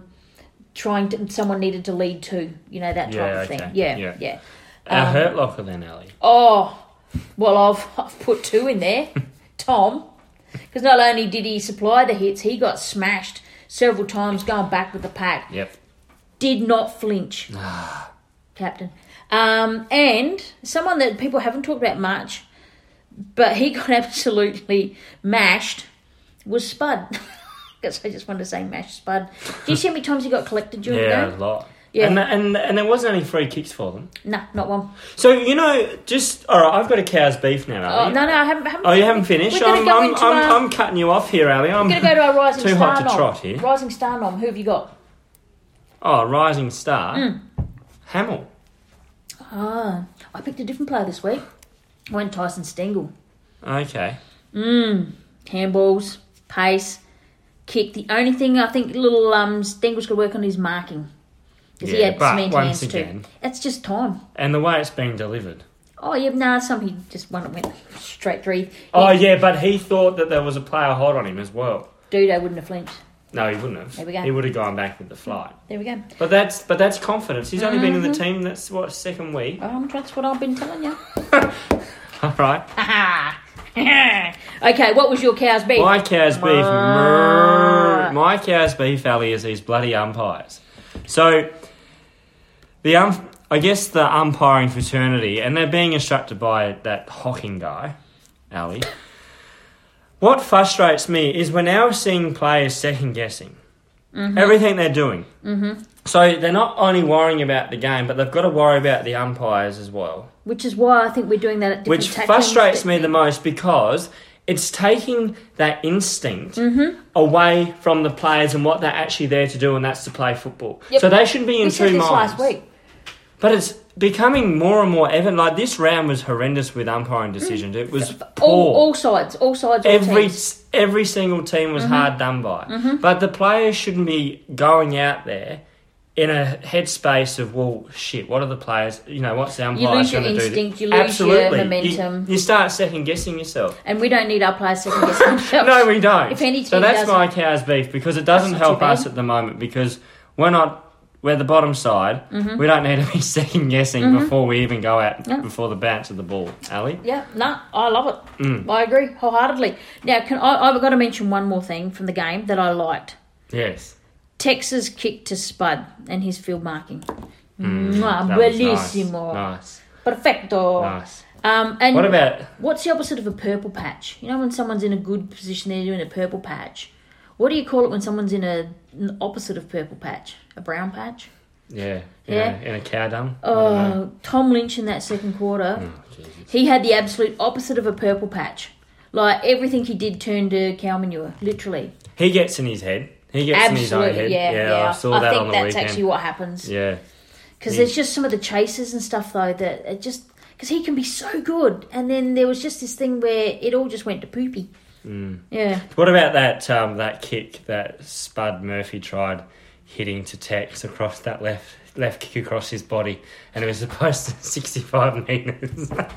Speaker 1: trying to, someone needed to lead to, you know, that type
Speaker 2: Yeah,
Speaker 1: of thing.
Speaker 2: okay.
Speaker 1: Yeah,
Speaker 2: Yeah.
Speaker 1: yeah.
Speaker 2: Our
Speaker 1: Um,
Speaker 2: hurt locker then, Ali.
Speaker 1: Oh, well, I've, [laughs] I've put two in
Speaker 2: [laughs]
Speaker 1: there, Tom, because not only did he supply the hits, he got smashed several times going back with the pack.
Speaker 2: Yep.
Speaker 1: Did not flinch,
Speaker 2: [sighs] Ah.
Speaker 1: Captain. Um, and someone that people haven't talked about much, but he [laughs] got absolutely mashed, was Spud. [laughs] Guess I just wanted to say mashed Spud. Do you see how many times he got collected during the
Speaker 2: Yeah, a
Speaker 1: game?
Speaker 2: lot.
Speaker 1: Yeah.
Speaker 2: And, and and there wasn't any free kicks for them.
Speaker 1: No, not one.
Speaker 2: So you know, just all right. I've got a cow's beef now,
Speaker 1: Oh,
Speaker 2: Ali.
Speaker 1: no, no, I haven't. I haven't
Speaker 2: Oh, you haven't finished.
Speaker 1: We're gonna
Speaker 2: I'm,
Speaker 1: go
Speaker 2: I'm,
Speaker 1: into
Speaker 2: I'm,
Speaker 1: our-
Speaker 2: I'm cutting you off here, Ali. I'm
Speaker 1: We're going to go to our rising
Speaker 2: too
Speaker 1: star
Speaker 2: hot to
Speaker 1: nom.
Speaker 2: trot here.
Speaker 1: Rising star nom. Who have you got?
Speaker 2: Oh, rising star,
Speaker 1: Mm.
Speaker 2: Hamill.
Speaker 1: Ah, I picked a different player this week. I went Tyson Stengel.
Speaker 2: Okay.
Speaker 1: Handballs, pace, kick. The only thing I think little um, Stengel's got to work on is marking. Because he
Speaker 2: Yeah,
Speaker 1: had
Speaker 2: but
Speaker 1: cement
Speaker 2: once
Speaker 1: hands
Speaker 2: again-
Speaker 1: too. That's just time.
Speaker 2: And the way it's being delivered.
Speaker 1: Oh, yeah, nah, some he just one that went straight through.
Speaker 2: Oh yeah, but he thought that there was a player hot on him as well.
Speaker 1: Dude, I wouldn't have flinched.
Speaker 2: No, he wouldn't have.
Speaker 1: There we go.
Speaker 2: He would have gone back with the flight.
Speaker 1: There we go.
Speaker 2: But that's but that's confidence. He's only been in
Speaker 1: Mm-hmm.
Speaker 2: the team. That's what second week. [laughs]
Speaker 1: Um, that's what I've been telling you.
Speaker 2: All right.
Speaker 1: [laughs] okay, what was your cow's beef?
Speaker 2: My cow's beef. Mrrr. My cow's beef alley is these bloody umpires. So the um, I guess the umpiring fraternity, and they're being instructed by that Hocking guy, Ali. What frustrates me is we're now seeing players second guessing everything they're doing. Mm-hmm. So they're not only worrying about the game, but they've got to worry about the umpires as well
Speaker 1: Which is why I think we're doing that at different
Speaker 2: which
Speaker 1: tactics.
Speaker 2: frustrates me the most because it's taking that instinct
Speaker 1: Mm-hmm.
Speaker 2: away from the players and what they're actually there to do, and that's to play football.
Speaker 1: Yep.
Speaker 2: So they shouldn't be in
Speaker 1: We
Speaker 2: two
Speaker 1: said this
Speaker 2: minds.
Speaker 1: last week.
Speaker 2: But it's becoming more and more evident. Like this round was horrendous with umpiring decisions. It was poor.
Speaker 1: All, all sides, all sides, all
Speaker 2: every
Speaker 1: teams. Mm-hmm.
Speaker 2: every single team was hard done by. But the players shouldn't be going out there in a headspace of well, shit. What are the players? You know, what's the umpire
Speaker 1: lose your
Speaker 2: going to do?
Speaker 1: instinct, you lose your
Speaker 2: Absolutely. You-
Speaker 1: momentum.
Speaker 2: You, start second guessing yourself.
Speaker 1: and we don't need our players second
Speaker 2: [laughs]
Speaker 1: guessing themselves.
Speaker 2: No, we don't.
Speaker 1: Oh, If any
Speaker 2: so
Speaker 1: team
Speaker 2: that's
Speaker 1: doesn't-
Speaker 2: my cow's beef because it doesn't
Speaker 1: That's not too
Speaker 2: help us
Speaker 1: bad.
Speaker 2: at the moment because we're not we're the bottom side. We don't need to be [laughs] second guessing before we even go out
Speaker 1: Mm-hmm. Yeah.
Speaker 2: before the bounce of the ball. Ali,
Speaker 1: Yeah, no, I love it.
Speaker 2: Mm.
Speaker 1: I agree wholeheartedly. Now, can I, I've got to mention one more thing from the game that I liked.
Speaker 2: yes,
Speaker 1: Texas kick to Spud and his field marking.
Speaker 2: Mm, That
Speaker 1: Mwah,
Speaker 2: was
Speaker 1: bellissimo.
Speaker 2: Nice,
Speaker 1: Perfecto.
Speaker 2: nice, nice.
Speaker 1: Um, and
Speaker 2: What about
Speaker 1: what's the opposite of a purple patch? You know, when someone's in a good position, they're doing a purple patch. What do you call it when someone's in a, an opposite of purple patch? A brown patch?
Speaker 2: Yeah.
Speaker 1: Yeah.
Speaker 2: Yeah. In a cow dung. I don't know. Mm.
Speaker 1: Oh, Tom Lynch in that second quarter, he had the absolute opposite of a purple patch. Like everything he did turned to cow manure, literally.
Speaker 2: He gets in his head. He gets in his own head.
Speaker 1: Absolutely, yeah, yeah.
Speaker 2: I saw that
Speaker 1: think
Speaker 2: on the
Speaker 1: that's
Speaker 2: weekend.
Speaker 1: actually what happens.
Speaker 2: Yeah.
Speaker 1: Because there's just some of the chases and stuff though that it just because he can be so good, and then there was just this thing where it all just went to poopy.
Speaker 2: Mm.
Speaker 1: Yeah,
Speaker 2: What about that um, that kick that Spud Murphy tried hitting to Tex across that left left kick across his body, and it was [laughs] supposed to sixty five meters. [laughs]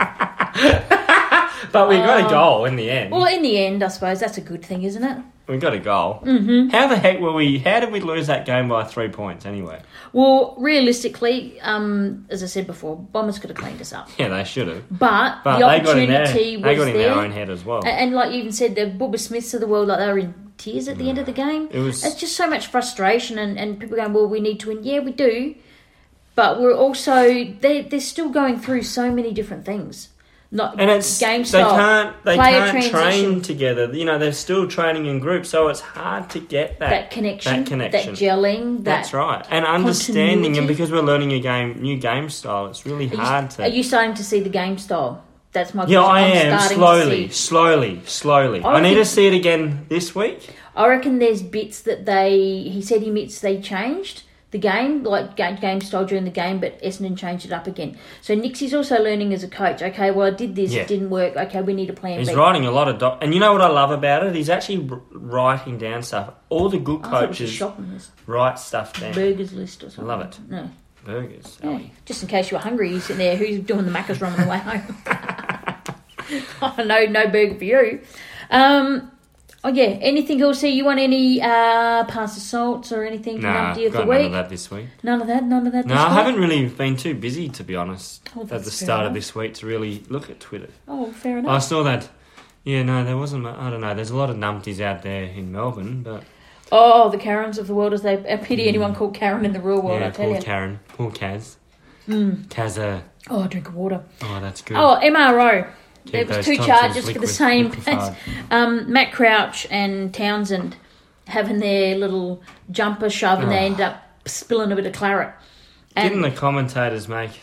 Speaker 2: but we got a goal in the end.
Speaker 1: Oh. Well, in the end, I suppose that's a good thing, isn't it?
Speaker 2: we got a goal. Mm-hmm. How the heck were we? How did we lose that game by three points anyway?
Speaker 1: Well, realistically, um, as I said before, Bombers could have cleaned us up,
Speaker 2: Yeah, they should have.
Speaker 1: but,
Speaker 2: But
Speaker 1: the
Speaker 2: they got in their,
Speaker 1: opportunity
Speaker 2: they
Speaker 1: was
Speaker 2: got in
Speaker 1: there.
Speaker 2: their own head as well.
Speaker 1: A- And like you even said, the Bubba Smiths of the world, like they were in tears at the end of the game.
Speaker 2: It was-
Speaker 1: It's just so much frustration, and, and people going, "Well, we need to win." Yeah, we do, but we're also they they're still going through so many different things. Not
Speaker 2: and it's
Speaker 1: game
Speaker 2: they
Speaker 1: style.
Speaker 2: can't they
Speaker 1: player
Speaker 2: can't
Speaker 1: transition.
Speaker 2: train together. You know, they're still training in groups, so it's hard to get that
Speaker 1: that connection,
Speaker 2: That connection.
Speaker 1: gelling. That
Speaker 2: That's right, and understanding, and
Speaker 1: continuity.
Speaker 2: because we're learning a game, new game style, it's really
Speaker 1: Are you-
Speaker 2: hard to.
Speaker 1: Are you starting to see the game style? That's my
Speaker 2: yeah, I
Speaker 1: question. I'm
Speaker 2: am
Speaker 1: starting to
Speaker 2: slowly,
Speaker 1: see-
Speaker 2: slowly, slowly.
Speaker 1: I
Speaker 2: I need
Speaker 1: reckon-
Speaker 2: to see it again this week.
Speaker 1: I reckon there's bits that they he said he admits they changed the game, like ga- game style during the game, but Essendon changed it up again. So Nixie's also learning as a coach. Okay, well I did this,
Speaker 2: Yeah.
Speaker 1: it didn't work. Okay, we need a plan
Speaker 2: He's
Speaker 1: B.
Speaker 2: writing a lot of, doc- and you know what I love about it? He's actually r- writing down stuff. All the good
Speaker 1: I thought Oh, it was a
Speaker 2: coaches
Speaker 1: shopping list,
Speaker 2: write stuff down.
Speaker 1: burgers list or something.
Speaker 2: love it. Oh,
Speaker 1: No,
Speaker 2: Burgers.
Speaker 1: yeah. just in case you were hungry, you sitting there. Who's doing the macas run on the way home? [laughs] oh no, no burger for you. Um, oh yeah. Anything else? here? you want any uh, past assaults or anything?
Speaker 2: Nah,
Speaker 1: Numpty of the
Speaker 2: got none
Speaker 1: week?
Speaker 2: of that this week.
Speaker 1: None of that. None of that.
Speaker 2: No,
Speaker 1: this
Speaker 2: I
Speaker 1: week?
Speaker 2: haven't really been too busy, to be honest,
Speaker 1: Oh,
Speaker 2: at
Speaker 1: that's
Speaker 2: the
Speaker 1: fair
Speaker 2: start
Speaker 1: enough.
Speaker 2: of this week to really look at Twitter.
Speaker 1: Oh, fair enough.
Speaker 2: I saw that. Yeah, no, there wasn't. mu- I don't know. There's a lot of numpties out there in Melbourne, but
Speaker 1: Oh, the Karens of the world, as they I pity anyone called Karen in the real world.
Speaker 2: Mm. yeah,
Speaker 1: I tell
Speaker 2: poor
Speaker 1: you.
Speaker 2: Karen, poor Kaz, Kazza.
Speaker 1: oh, a drink of water.
Speaker 2: Oh, that's good.
Speaker 1: Oh, MRO.
Speaker 2: Keep
Speaker 1: There was
Speaker 2: those
Speaker 1: two
Speaker 2: Thompsons
Speaker 1: charges for the
Speaker 2: liquid-
Speaker 1: same.
Speaker 2: liquefied.
Speaker 1: Um, Matt Crouch and Townsend having their little jumper shove, and they
Speaker 2: Oh.
Speaker 1: end up spilling a bit of claret. [laughs]
Speaker 2: Didn't
Speaker 1: And
Speaker 2: the commentators make?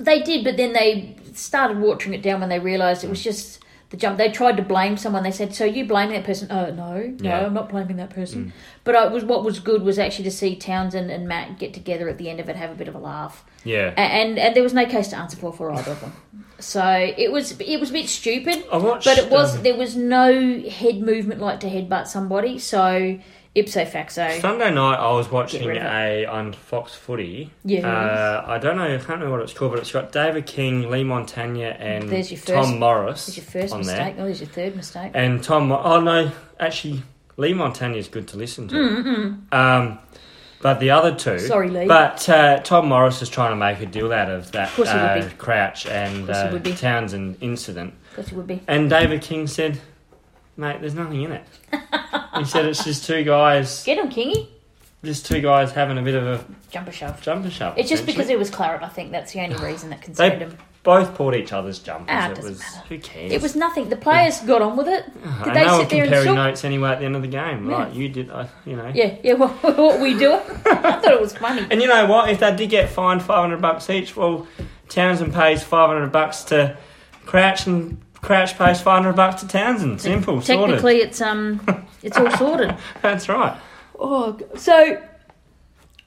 Speaker 1: they did, but then they started watering it down when they realised
Speaker 2: Mm.
Speaker 1: it was just the jump. They tried to blame someone. They said, "So you blame that person?" Oh no,
Speaker 2: Yeah. Mm.
Speaker 1: no, I'm not blaming that person. But I was what was good was actually to see Townsend and Matt get together at the end of it, have a bit of a laugh.
Speaker 2: Yeah.
Speaker 1: A- and and there was no case to answer for for either of them. So it was it was a bit stupid,
Speaker 2: I watched,
Speaker 1: but it was
Speaker 2: um,
Speaker 1: there was no head movement like to headbutt somebody. So ipso facto,
Speaker 2: Sunday night, I was
Speaker 1: Get
Speaker 2: watching
Speaker 1: rid of
Speaker 2: a on Fox Footy.
Speaker 1: Yes.
Speaker 2: Uh, I don't know. I can't remember what it's called, but it's got David King, Lee Montagna, and
Speaker 1: There's your first-
Speaker 2: Tom Morris.
Speaker 1: it's your first
Speaker 2: on
Speaker 1: mistake.
Speaker 2: there.
Speaker 1: Oh, there's your third mistake.
Speaker 2: And Tom, oh no, actually, Lee Montagna is good to listen to. Um, but the other two,
Speaker 1: Mm, Sorry, Lee.
Speaker 2: But uh, Tom Morris is trying to make a deal out of that
Speaker 1: Of course he would
Speaker 2: uh,
Speaker 1: be.
Speaker 2: Crouch and
Speaker 1: Of course he
Speaker 2: uh,
Speaker 1: would be.
Speaker 2: Townsend incident.
Speaker 1: Of course, it would be.
Speaker 2: And David King said, "Mate, there's
Speaker 1: [laughs]
Speaker 2: nothing in it." he said, "It's just two guys,
Speaker 1: Get on, Kingy.
Speaker 2: just two guys having a bit of a
Speaker 1: Jumper shove.
Speaker 2: jumper shove."
Speaker 1: It's just because
Speaker 2: essentially.
Speaker 1: it was claret. I think that's the
Speaker 2: [sighs]
Speaker 1: only reason that
Speaker 2: they
Speaker 1: concerned him.
Speaker 2: both pulled each other's jumpers.
Speaker 1: Ah, it
Speaker 2: it
Speaker 1: doesn't
Speaker 2: was
Speaker 1: matter.
Speaker 2: who cares? Ah,
Speaker 1: It was nothing. The players got on with it. Did
Speaker 2: And
Speaker 1: they
Speaker 2: they were
Speaker 1: sit there and
Speaker 2: comparing
Speaker 1: sulk?
Speaker 2: notes anyway at the end of the game.
Speaker 1: Yeah.
Speaker 2: Right, you did, I you know.
Speaker 1: Yeah, yeah. [laughs] Well, what we do? I thought it was funny.
Speaker 2: And you know what? If they did get fined five hundred bucks each, well, Townsend pays five hundred bucks to Crouch and Crouch pays 500 bucks to Townsend. Simple, sorted.
Speaker 1: Technically, it's um, it's all
Speaker 2: [laughs]
Speaker 1: sorted.
Speaker 2: That's right.
Speaker 1: Oh, g- so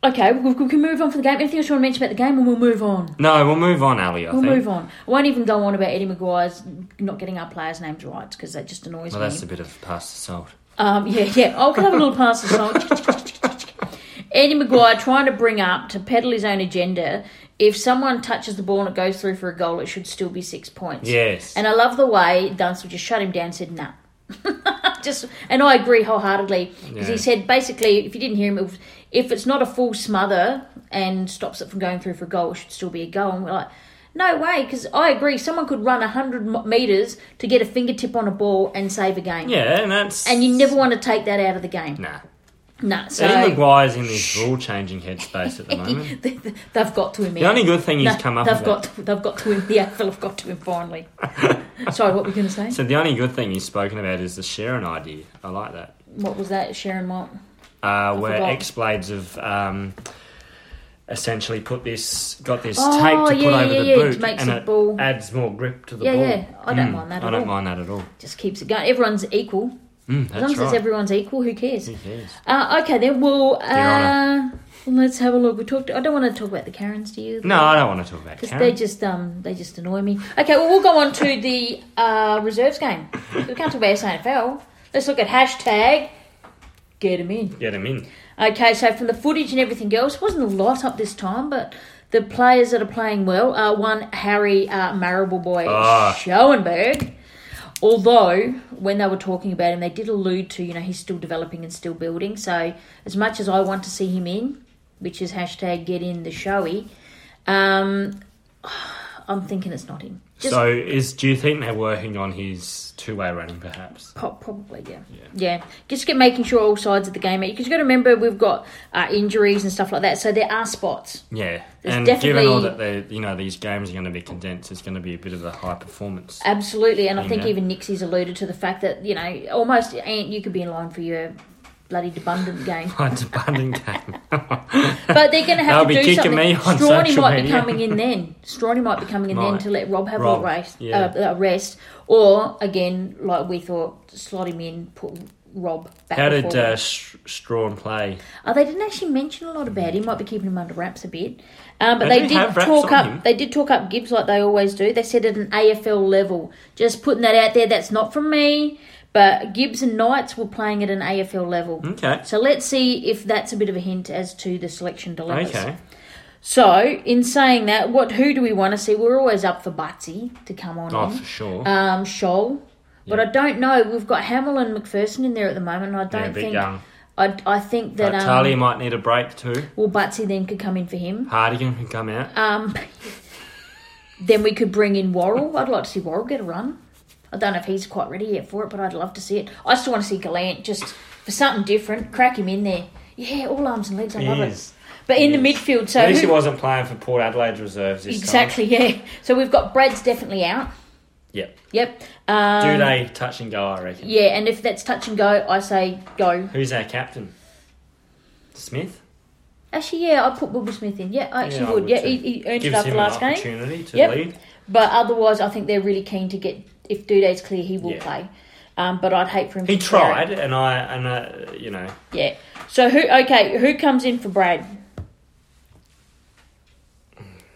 Speaker 1: okay, we, we can move on for the game. Anything else you want to mention about the game, and we'll move on.
Speaker 2: No, we'll move on, Ali, I
Speaker 1: We'll
Speaker 2: think.
Speaker 1: move on. I won't even go on about Eddie Maguire's not getting our players' names right because that just annoys
Speaker 2: Well,
Speaker 1: me.
Speaker 2: that's a bit of past assault.
Speaker 1: Um, yeah, yeah. I'll have a little pass the song. Eddie Maguire trying to bring up to peddle his own agenda. If someone touches the ball and it goes through for a goal, it should still be six points.
Speaker 2: Yes.
Speaker 1: And I love the way Dunstall just shut him down and said, nah. [laughs] just, and I agree wholeheartedly. Because
Speaker 2: Yeah.
Speaker 1: he said basically, if you didn't hear him, it was, if it's not a full smother and stops it from going through for a goal, it should still be a goal. And we're like, no way, because I agree. Someone could run 100 metres to get a fingertip on a ball and save a game.
Speaker 2: yeah, and that's.
Speaker 1: And you never want to take that out of the game.
Speaker 2: Nah.
Speaker 1: No, so
Speaker 2: Eddie Maguire's in this rule changing headspace at the moment.
Speaker 1: [laughs] they, have got to him.
Speaker 2: The only good thing he's come up
Speaker 1: they've
Speaker 2: with.
Speaker 1: got to, [laughs] they've got to him. The AFL have got to him
Speaker 2: [laughs]
Speaker 1: finally. Sorry, what were you going to say?
Speaker 2: So the only good thing he's spoken about is the Sharon idea. I like that.
Speaker 1: What was that, Sharon? What?
Speaker 2: Uh, where
Speaker 1: forgot.
Speaker 2: X Blades have um, essentially put this, got this
Speaker 1: Oh,
Speaker 2: tape to
Speaker 1: yeah,
Speaker 2: put over
Speaker 1: yeah,
Speaker 2: the
Speaker 1: yeah,
Speaker 2: boot,
Speaker 1: to make
Speaker 2: and
Speaker 1: the
Speaker 2: it
Speaker 1: ball-
Speaker 2: adds more grip to the
Speaker 1: Yeah,
Speaker 2: ball. Mm,
Speaker 1: yeah, I don't mind that
Speaker 2: I
Speaker 1: at
Speaker 2: don't
Speaker 1: all.
Speaker 2: mind that at all.
Speaker 1: Just keeps it going. Everyone's equal.
Speaker 2: Mm,
Speaker 1: As
Speaker 2: that's
Speaker 1: long as it's
Speaker 2: right.
Speaker 1: everyone's equal, who cares?
Speaker 2: Who cares?
Speaker 1: Uh, okay, then we'll uh,
Speaker 2: honour.
Speaker 1: let's have a look. We talked. I don't want to talk about the Karens, do you?
Speaker 2: No, I don't want to talk about
Speaker 1: Because they
Speaker 2: Karen.
Speaker 1: just um they just annoy me. Okay, well we'll go on to the uh, reserves game. We can't talk about SNFL. Let's look at hashtag get 'em in.
Speaker 2: Get him in.
Speaker 1: Okay, so from the footage and everything else, wasn't a lot up this time, but the players that are playing well are one Harry uh, Marable boy
Speaker 2: Ah.
Speaker 1: Schoenberg. Although when they were talking about him, they did allude to you know he's still developing and still building. So as much as I want to see him in, which is hashtag get in the showy, um, I'm thinking it's not him. Just
Speaker 2: so, is do you think they're working on his two-way running, perhaps?
Speaker 1: Po- Probably, yeah. yeah. Just get making sure all sides of the game are. Because you've got to remember, we've got uh, injuries and stuff like that. So there are spots.
Speaker 2: Yeah,
Speaker 1: There's
Speaker 2: and given all that
Speaker 1: definitely-
Speaker 2: they, you know, these games are going to be condensed, it's going to be a bit of a high performance.
Speaker 1: Uh, Absolutely. And I think
Speaker 2: Yeah.
Speaker 1: even Nixie's alluded to the fact that, you know, almost, Ant, you could be in line for your bloody abundant
Speaker 2: [laughs]
Speaker 1: game.
Speaker 2: [laughs] High demanding game.
Speaker 1: But they're going to have
Speaker 2: They'll
Speaker 1: to
Speaker 2: be
Speaker 1: do
Speaker 2: kicking
Speaker 1: something.
Speaker 2: me on
Speaker 1: Strawny
Speaker 2: social
Speaker 1: might be
Speaker 2: media.
Speaker 1: coming in
Speaker 2: [laughs]
Speaker 1: then. Strawny might be coming in then
Speaker 2: Might.
Speaker 1: to let Rob have
Speaker 2: Rob,
Speaker 1: a race,
Speaker 2: yeah.
Speaker 1: uh, a rest. Or, again, like we thought, slot him in, put Rob back
Speaker 2: How did
Speaker 1: forward.
Speaker 2: uh, Sh- Strawn play?
Speaker 1: Oh, they didn't actually mention a lot about him. Might be keeping him under wraps a bit, um, but
Speaker 2: They
Speaker 1: they
Speaker 2: do
Speaker 1: did
Speaker 2: have wraps
Speaker 1: talk
Speaker 2: on
Speaker 1: up.
Speaker 2: him.
Speaker 1: They did talk up Gibbs like they always do. They said at an AFL level. Just putting that out there. That's not from me, but Gibbs and Knights were playing at an AFL level.
Speaker 2: Okay.
Speaker 1: So let's see if that's a bit of a hint as to the selection dilemmas.
Speaker 2: Okay.
Speaker 1: So in saying that, what who do we want to see? We're always up for Butsy to come on.
Speaker 2: Oh,
Speaker 1: in
Speaker 2: for sure.
Speaker 1: um, Shoal. But I don't know. We've got Hamill and McPherson in there at the moment, and I
Speaker 2: Yeah,
Speaker 1: don't
Speaker 2: a bit
Speaker 1: think.
Speaker 2: young.
Speaker 1: I, I think that
Speaker 2: But
Speaker 1: um,
Speaker 2: Talia might need a break too.
Speaker 1: well, Butsy then could come in for him.
Speaker 2: Hardigan can come out.
Speaker 1: Um, then we could bring in Worrell. I'd like to see Worrell get a run. I don't know if he's quite ready yet for it, but I'd love to see it. I still want to see Gallant just for something different. Crack him in there. Yeah, all arms and legs. I
Speaker 2: He
Speaker 1: love
Speaker 2: is.
Speaker 1: it. But in the
Speaker 2: He is.
Speaker 1: midfield, so
Speaker 2: At least
Speaker 1: who-
Speaker 2: he wasn't playing for Port Adelaide's reserves this
Speaker 1: exactly, yeah. So we've got Brad's definitely out.
Speaker 2: time. Yep.
Speaker 1: Yep. Um,
Speaker 2: Do they touch and go, I reckon.
Speaker 1: Yeah, and if that's touch and go, I say go.
Speaker 2: Who's our captain? Smith?
Speaker 1: Actually, yeah, I put Bubble Smith in. Yeah, I actually
Speaker 2: Yeah, I
Speaker 1: would.
Speaker 2: would
Speaker 1: Yeah,
Speaker 2: too.
Speaker 1: he, he earned it
Speaker 2: Gives
Speaker 1: after
Speaker 2: him
Speaker 1: the last
Speaker 2: an
Speaker 1: game.
Speaker 2: opportunity to
Speaker 1: Yep.
Speaker 2: lead.
Speaker 1: But otherwise, I think they're really keen to get. If Duday's clear, he will
Speaker 2: Yeah.
Speaker 1: play. Um, but I'd hate for him.
Speaker 2: He
Speaker 1: to clear it.
Speaker 2: tried, and I, and uh, you know,
Speaker 1: Yeah. So who? Okay, who comes in for Brad?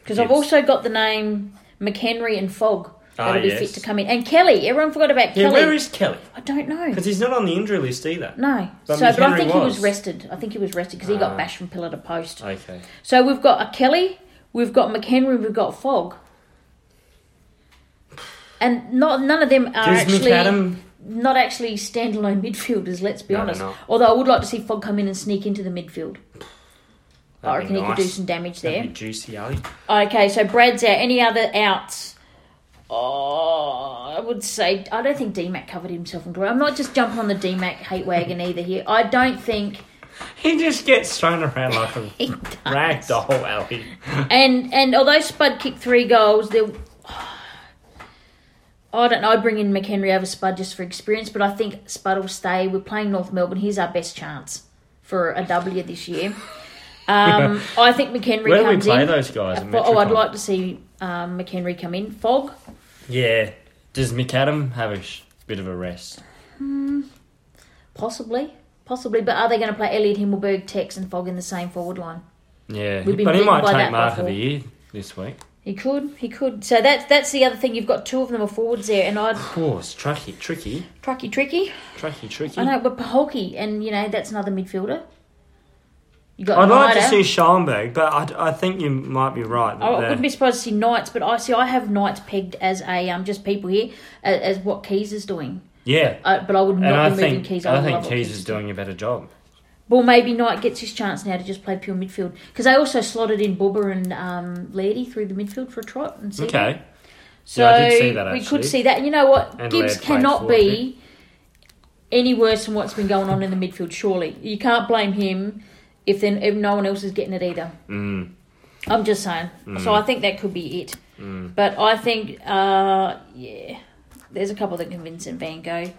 Speaker 1: Because I've
Speaker 2: Gibbs.
Speaker 1: also got the name McHenry and Fogg
Speaker 2: Ah,
Speaker 1: that'll be
Speaker 2: yes.
Speaker 1: fit to come in, and Kelly. Everyone forgot about
Speaker 2: yeah.
Speaker 1: Kelly.
Speaker 2: Where is Kelly?
Speaker 1: I don't know.
Speaker 2: Because he's not on the injury list either.
Speaker 1: No.
Speaker 2: But
Speaker 1: so, but I
Speaker 2: McHenry
Speaker 1: think he was
Speaker 2: was.
Speaker 1: rested. I think he was rested because he got
Speaker 2: Ah.
Speaker 1: bashed from pillar to post.
Speaker 2: Okay.
Speaker 1: So we've got a Kelly, we've got McHenry, we've got Fogg. And not none of them are
Speaker 2: Does
Speaker 1: actually
Speaker 2: McAdam-
Speaker 1: not actually standalone midfielders, let's be
Speaker 2: No, they're
Speaker 1: honest.
Speaker 2: not.
Speaker 1: Although I would like to see Fogg come in and sneak into the midfield. I
Speaker 2: That'd
Speaker 1: reckon
Speaker 2: be
Speaker 1: he could
Speaker 2: nice.
Speaker 1: do some damage
Speaker 2: That'd
Speaker 1: there.
Speaker 2: be juicy, Ali.
Speaker 1: Okay, so Brad's out. Any other outs? Oh, I would say I don't think DMAC covered himself in glory. I'm not just jumping on the DMAC hate wagon either here. I don't think
Speaker 2: [laughs] He just gets thrown
Speaker 1: [laughs]
Speaker 2: around like a
Speaker 1: he does.
Speaker 2: rag doll, Ali.
Speaker 1: And and although Spud kicked three goals, there. I don't know. I'd bring in McHenry over Spud just for experience, but I think Spud will stay. We're playing North Melbourne. Here's our best chance for a W this year.
Speaker 2: [laughs]
Speaker 1: Um, I think McHenry
Speaker 2: Where do we
Speaker 1: comes
Speaker 2: play
Speaker 1: in. oh,
Speaker 2: those guys? at
Speaker 1: Well, oh, I'd
Speaker 2: Metricon?
Speaker 1: like to see um, McHenry come in. Fog,
Speaker 2: Yeah. Does McAdam have a sh- bit of a rest?
Speaker 1: Possibly. Possibly. But are they going to play Elliot Himmelberg, Tex, and Fogg in the same forward line?
Speaker 2: Yeah,
Speaker 1: We've been
Speaker 2: but he
Speaker 1: bitten
Speaker 2: might
Speaker 1: by that
Speaker 2: take Mark of
Speaker 1: before.
Speaker 2: the Year this week.
Speaker 1: He could. He could. So that's that's the other thing. You've got two of them are forwards there, and I'd
Speaker 2: Of course, tricky, tricky,
Speaker 1: Trucky Tricky.
Speaker 2: tricky, tricky.
Speaker 1: I know, but Paholke, and you know that's another midfielder. You got
Speaker 2: I'd like to
Speaker 1: Ryder.
Speaker 2: see Schoenberg, but I, I think you might be right.
Speaker 1: I I
Speaker 2: that
Speaker 1: wouldn't Oh, be surprised to see Knights, but I see I have Knights pegged as a um just people here as, as what Keys is doing.
Speaker 2: yeah,
Speaker 1: Uh, but I would not
Speaker 2: and I
Speaker 1: be moving
Speaker 2: think
Speaker 1: Keys.
Speaker 2: I
Speaker 1: would
Speaker 2: think
Speaker 1: love what
Speaker 2: Keys is doing a better job.
Speaker 1: Well, maybe Knight gets his chance now to just play pure midfield because they also slotted in Bobber and um, Lairdy through the midfield for a trot and see.
Speaker 2: Okay,
Speaker 1: So
Speaker 2: Yeah, I did see that,
Speaker 1: we
Speaker 2: actually.
Speaker 1: could see that. And you know what?
Speaker 2: And
Speaker 1: Gibbs
Speaker 2: Laird played
Speaker 1: cannot
Speaker 2: forward,
Speaker 1: be any worse than what's been going on in the midfield. Surely you can't blame him if then if no one else is getting it either.
Speaker 2: Mm.
Speaker 1: I'm just saying. So I think that could be it.
Speaker 2: Mm.
Speaker 1: But I think uh, yeah, there's a couple that can Vincent Van Gogh,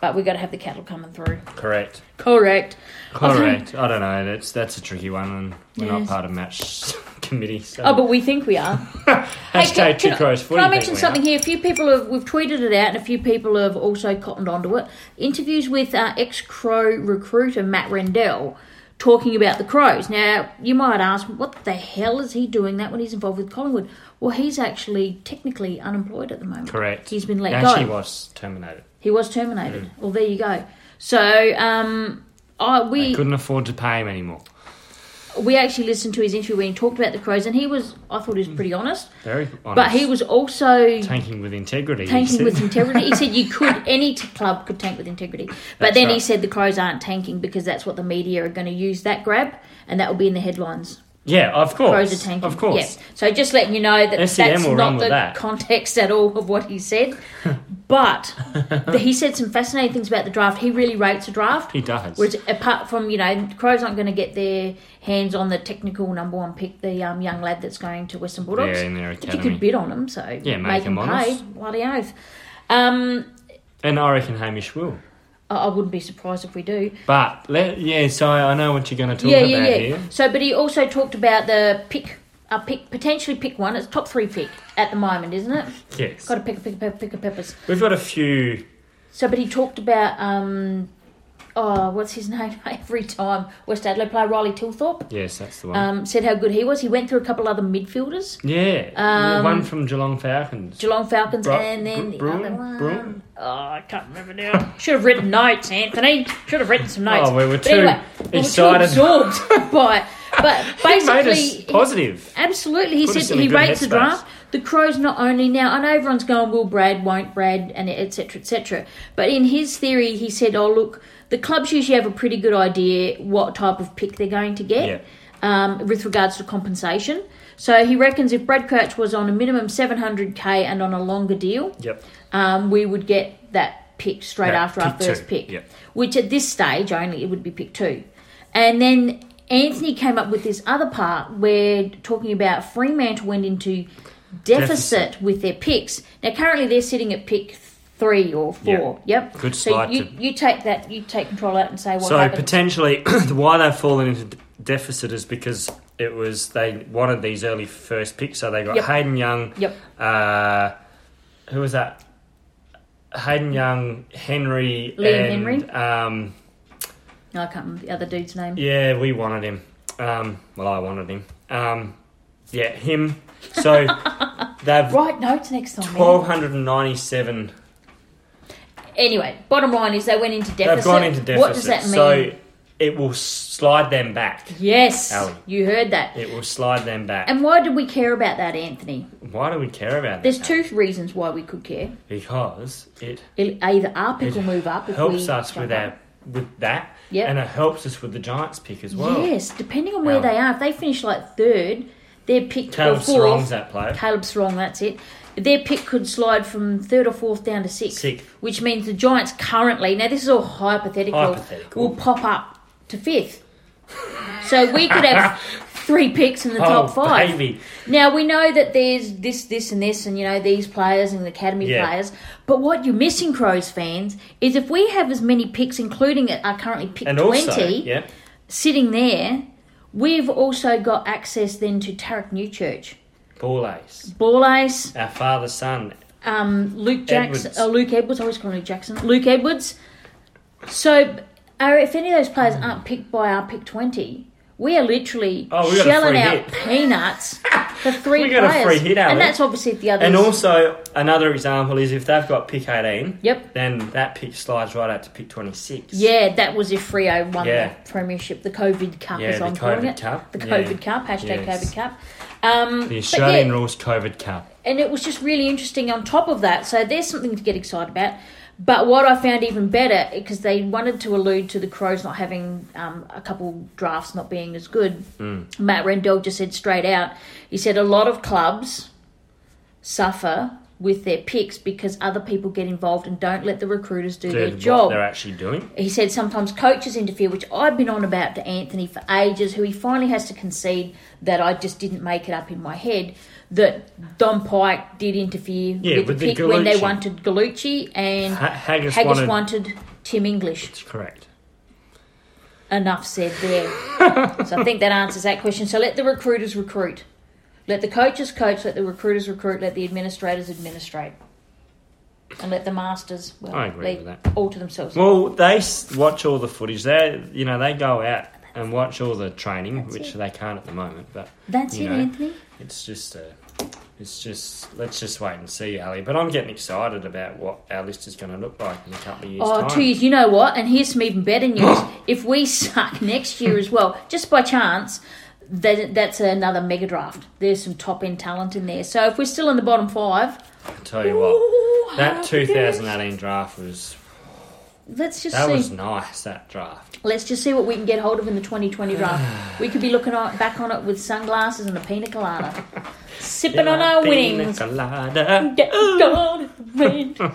Speaker 1: but we've got to have the cattle coming through.
Speaker 2: correct,
Speaker 1: Correct.
Speaker 2: correct. I don't know. That's that's a tricky one, and we're not
Speaker 1: Yes.
Speaker 2: part of match [laughs] committee. So.
Speaker 1: Oh, but we think we are. Hey,
Speaker 2: hashtag two crows.
Speaker 1: Can I mention something here? A few people have we've tweeted it out, and a few people have also cottoned onto it. Interviews with uh, ex-Crow recruiter Matt Rendell talking about the Crows. Now you might ask, what the hell is he doing that when he's involved with Collingwood? Well, he's actually technically unemployed at the moment.
Speaker 2: Correct.
Speaker 1: He's been let
Speaker 2: No,
Speaker 1: go.
Speaker 2: she was Hmm. terminated.
Speaker 1: He was terminated. Well, there you go. So um, I, we
Speaker 2: Couldn't afford to pay him anymore.
Speaker 1: we actually listened to his interview when he talked about the Crows, and he was I thought he was pretty honest,
Speaker 2: Very honest.
Speaker 1: but he was also
Speaker 2: tanking with integrity. he
Speaker 1: tanking
Speaker 2: said.
Speaker 1: with integrity. He said you could any t- club could tank with integrity, but
Speaker 2: That's
Speaker 1: then he
Speaker 2: right.
Speaker 1: said the Crows aren't tanking because that's what the media are going to use that grab, and that will be in the headlines.
Speaker 2: [laughs] yeah, of
Speaker 1: Crows are
Speaker 2: course,
Speaker 1: tanking,
Speaker 2: of course.
Speaker 1: Yeah. So just letting you know that
Speaker 2: SEM
Speaker 1: that's
Speaker 2: will run
Speaker 1: not
Speaker 2: with
Speaker 1: the
Speaker 2: that.
Speaker 1: context at all of what he
Speaker 2: [laughs]
Speaker 1: said, but the- he said some fascinating things about the draft. He really rates a draft.
Speaker 2: He does.
Speaker 1: Whereas apart from you know, Crows aren't going to get their hands on the technical number one pick, the um, young lad that's going to Western Bulldogs.
Speaker 2: Yeah, in their
Speaker 1: But you
Speaker 2: academy.
Speaker 1: could bid on him, so
Speaker 2: Yeah, make
Speaker 1: him,
Speaker 2: him
Speaker 1: pay.
Speaker 2: honest.
Speaker 1: Bloody oath. Um,
Speaker 2: and I reckon Hamish will.
Speaker 1: I, I wouldn't be surprised if we do.
Speaker 2: But let, yeah, so I know what you're going to talk
Speaker 1: yeah,
Speaker 2: about
Speaker 1: yeah, yeah.
Speaker 2: here.
Speaker 1: So, but he also talked about the pick, a pick potentially pick one. It's top three pick at the moment, isn't it?
Speaker 2: Yes,
Speaker 1: Got to pick a pick a pick, pick a peppers.
Speaker 2: we've got a few.
Speaker 1: So, but he talked about um, oh, what's his [laughs] name? Every time West Adelaide player Riley Tilthorpe.
Speaker 2: Yes, that's the one.
Speaker 1: Um, said how good he was. He went through a couple other midfielders,
Speaker 2: yeah,
Speaker 1: um,
Speaker 2: one from Geelong Falcons.
Speaker 1: Geelong Falcons,
Speaker 2: Bru-
Speaker 1: and then
Speaker 2: Bru-
Speaker 1: the other
Speaker 2: Bruin?
Speaker 1: one.
Speaker 2: Bruin?
Speaker 1: Oh, I can't remember now. Should have written notes, Anthony. Should have written some notes.
Speaker 2: Oh, we were
Speaker 1: But
Speaker 2: too excited.
Speaker 1: We were too absorbed [laughs] by it. But
Speaker 2: [laughs] He made us
Speaker 1: basically,
Speaker 2: positive.
Speaker 1: absolutely, he
Speaker 2: Put us
Speaker 1: said
Speaker 2: in a
Speaker 1: he
Speaker 2: good
Speaker 1: rates the
Speaker 2: headspace.
Speaker 1: draft. The Crows not only now. I know everyone's going, "Will Brad? Won't Brad?" and etc. etc. But in his theory, he said, "Oh, look, the clubs usually have a pretty good idea what type of pick they're going to get."
Speaker 2: Yeah.
Speaker 1: um, with regards to compensation. So he reckons if Brad Crouch was on a minimum 700k and on a longer deal,
Speaker 2: Yep.
Speaker 1: um, we would get that pick straight
Speaker 2: That
Speaker 1: after our
Speaker 2: pick
Speaker 1: first
Speaker 2: two,
Speaker 1: pick,
Speaker 2: yeah.
Speaker 1: which at this stage only it would be pick two. And then Anthony came up with this other part where talking about Fremantle went into deficit,
Speaker 2: Deficit.
Speaker 1: with their picks. Now currently they're sitting at pick three or four. Yep.
Speaker 2: Good
Speaker 1: so
Speaker 2: slide
Speaker 1: you,
Speaker 2: to-
Speaker 1: you take that, you take control out and say what
Speaker 2: So
Speaker 1: happened.
Speaker 2: potentially, [clears throat] why they've fallen into d- deficit is because it was they wanted these early first picks, so they got
Speaker 1: Yep.
Speaker 2: Hayden Young.
Speaker 1: Yep.
Speaker 2: Uh, who was that? Hayden Young, Henry,
Speaker 1: Liam
Speaker 2: and
Speaker 1: Henry?
Speaker 2: Um,
Speaker 1: No, I can't remember the other dude's name.
Speaker 2: yeah, we wanted him. Um, well, I wanted him. Um, yeah, him.
Speaker 1: [laughs]
Speaker 2: So they've
Speaker 1: Write notes next time. man.
Speaker 2: twelve hundred and ninety-seven.
Speaker 1: Anyway, bottom line is they went into deficit.
Speaker 2: They've gone into deficit.
Speaker 1: What does that mean?
Speaker 2: So it will slide them back.
Speaker 1: yes,
Speaker 2: Alan.
Speaker 1: you heard that.
Speaker 2: It will slide them back.
Speaker 1: And why did we care about that, Anthony?
Speaker 2: Why do we care about
Speaker 1: There's
Speaker 2: that?
Speaker 1: two reasons why we could care.
Speaker 2: because it
Speaker 1: It'll either our pick
Speaker 2: It
Speaker 1: will move up if
Speaker 2: helps
Speaker 1: we
Speaker 2: us
Speaker 1: jump
Speaker 2: with
Speaker 1: up.
Speaker 2: our with that,
Speaker 1: Yep.
Speaker 2: and it helps us with the Giants pick as well.
Speaker 1: Yes, depending on where
Speaker 2: Alan.
Speaker 1: they are. If they finish like third, their pick
Speaker 2: Caleb
Speaker 1: or fourth.
Speaker 2: Sarong's that player.
Speaker 1: Caleb Strong, that's it. Their pick could slide from third or fourth down to sixth,
Speaker 2: Sixth.
Speaker 1: which means the Giants currently, now this is all hypothetical,
Speaker 2: Hypothetical.
Speaker 1: will pop up to fifth. so we could have
Speaker 2: [laughs]
Speaker 1: three picks in the top
Speaker 2: oh,
Speaker 1: five.
Speaker 2: baby.
Speaker 1: Now we know that there's this, this, and this, and you know these players and the academy
Speaker 2: Yeah.
Speaker 1: players. But what you're missing, Crows fans, is if we have as many picks, including our currently pick
Speaker 2: And
Speaker 1: twenty,
Speaker 2: also, yeah,
Speaker 1: sitting there, we've also got access then to Tarek Newchurch,
Speaker 2: Ball Ace,
Speaker 1: Ball Ace,
Speaker 2: our father's son,
Speaker 1: um, Luke Jackson,
Speaker 2: Edwards.
Speaker 1: uh, Luke Edwards. I always call him Luke Jackson. Luke Edwards. So, uh, if any of those players
Speaker 2: Hmm.
Speaker 1: aren't picked by our pick twenty, we are literally
Speaker 2: Oh, we got a
Speaker 1: shelling
Speaker 2: free
Speaker 1: out
Speaker 2: hit.
Speaker 1: peanuts for three
Speaker 2: [laughs] We got a
Speaker 1: players,
Speaker 2: free hit, Alex.
Speaker 1: and that's obviously the others.
Speaker 2: And also, another example is if they've got pick 18,
Speaker 1: yep,
Speaker 2: then that pick slides right out to pick 26.
Speaker 1: yeah, that was if Rio won
Speaker 2: Yeah.
Speaker 1: the premiership, the COVID Cup,
Speaker 2: Yeah,
Speaker 1: as
Speaker 2: the
Speaker 1: I'm calling
Speaker 2: COVID
Speaker 1: it,
Speaker 2: Cup,
Speaker 1: the
Speaker 2: yeah.
Speaker 1: COVID Cup, hashtag
Speaker 2: Yes.
Speaker 1: COVID Cup. Um, but
Speaker 2: The
Speaker 1: yeah,
Speaker 2: Australian rules COVID Cup.
Speaker 1: and it was just really interesting on top of that. So there's something to get excited about. But what I found even better, because they wanted to allude to the Crows not having um, a couple drafts not being as good,
Speaker 2: Hmm.
Speaker 1: Matt Rendell just said straight out, he said a lot of clubs suffer with their picks because other people get involved and don't let the recruiters do,
Speaker 2: Do
Speaker 1: their
Speaker 2: what
Speaker 1: job.
Speaker 2: they're actually doing.
Speaker 1: He said sometimes coaches interfere, which I've been on about to Anthony for ages, who he finally has to concede that I just didn't make it up in my head that Don Pike did interfere
Speaker 2: Yeah,
Speaker 1: with,
Speaker 2: with
Speaker 1: the
Speaker 2: the
Speaker 1: pick when they
Speaker 2: Gallucci.
Speaker 1: wanted Galucci and
Speaker 2: Ha- Haggis,
Speaker 1: Haggis
Speaker 2: wanted.
Speaker 1: wanted... Tim English.
Speaker 2: It's correct.
Speaker 1: Enough said there.
Speaker 2: [laughs]
Speaker 1: so I think that answers that question. So let the recruiters recruit. Let the coaches coach, let the recruiters recruit, let the administrators administrate. And let the masters well
Speaker 2: I agree
Speaker 1: they
Speaker 2: with that.
Speaker 1: alter themselves.
Speaker 2: Well, they s- watch all the footage. They, you know, they go out and watch all the training,
Speaker 1: That's
Speaker 2: which
Speaker 1: it.
Speaker 2: they can't at the moment. But
Speaker 1: That's
Speaker 2: you
Speaker 1: it,
Speaker 2: know,
Speaker 1: Anthony.
Speaker 2: it's just, uh, it's just. Let's just wait and see, Ali. But I'm getting excited about what our list is going to look like in a couple of years.
Speaker 1: Oh,
Speaker 2: time.
Speaker 1: two years. You know what? And here's some even better
Speaker 2: [gasps]
Speaker 1: news. if we suck next year as well, just by chance, that that's another mega draft. There's some top end talent in there. So if we're still in the bottom five,
Speaker 2: I tell
Speaker 1: [laughs]
Speaker 2: you what,
Speaker 1: ooh,
Speaker 2: that
Speaker 1: happy
Speaker 2: 2018 draft was
Speaker 1: days. Let's just
Speaker 2: that
Speaker 1: see.
Speaker 2: was nice. That draft.
Speaker 1: Let's just see what we can get hold of in the
Speaker 2: [sighs]
Speaker 1: 2020 draft. we could be looking on, back on it with sunglasses and a pina colada, sipping on our winnings.
Speaker 2: Colada.
Speaker 1: Get gold
Speaker 2: [laughs]
Speaker 1: red.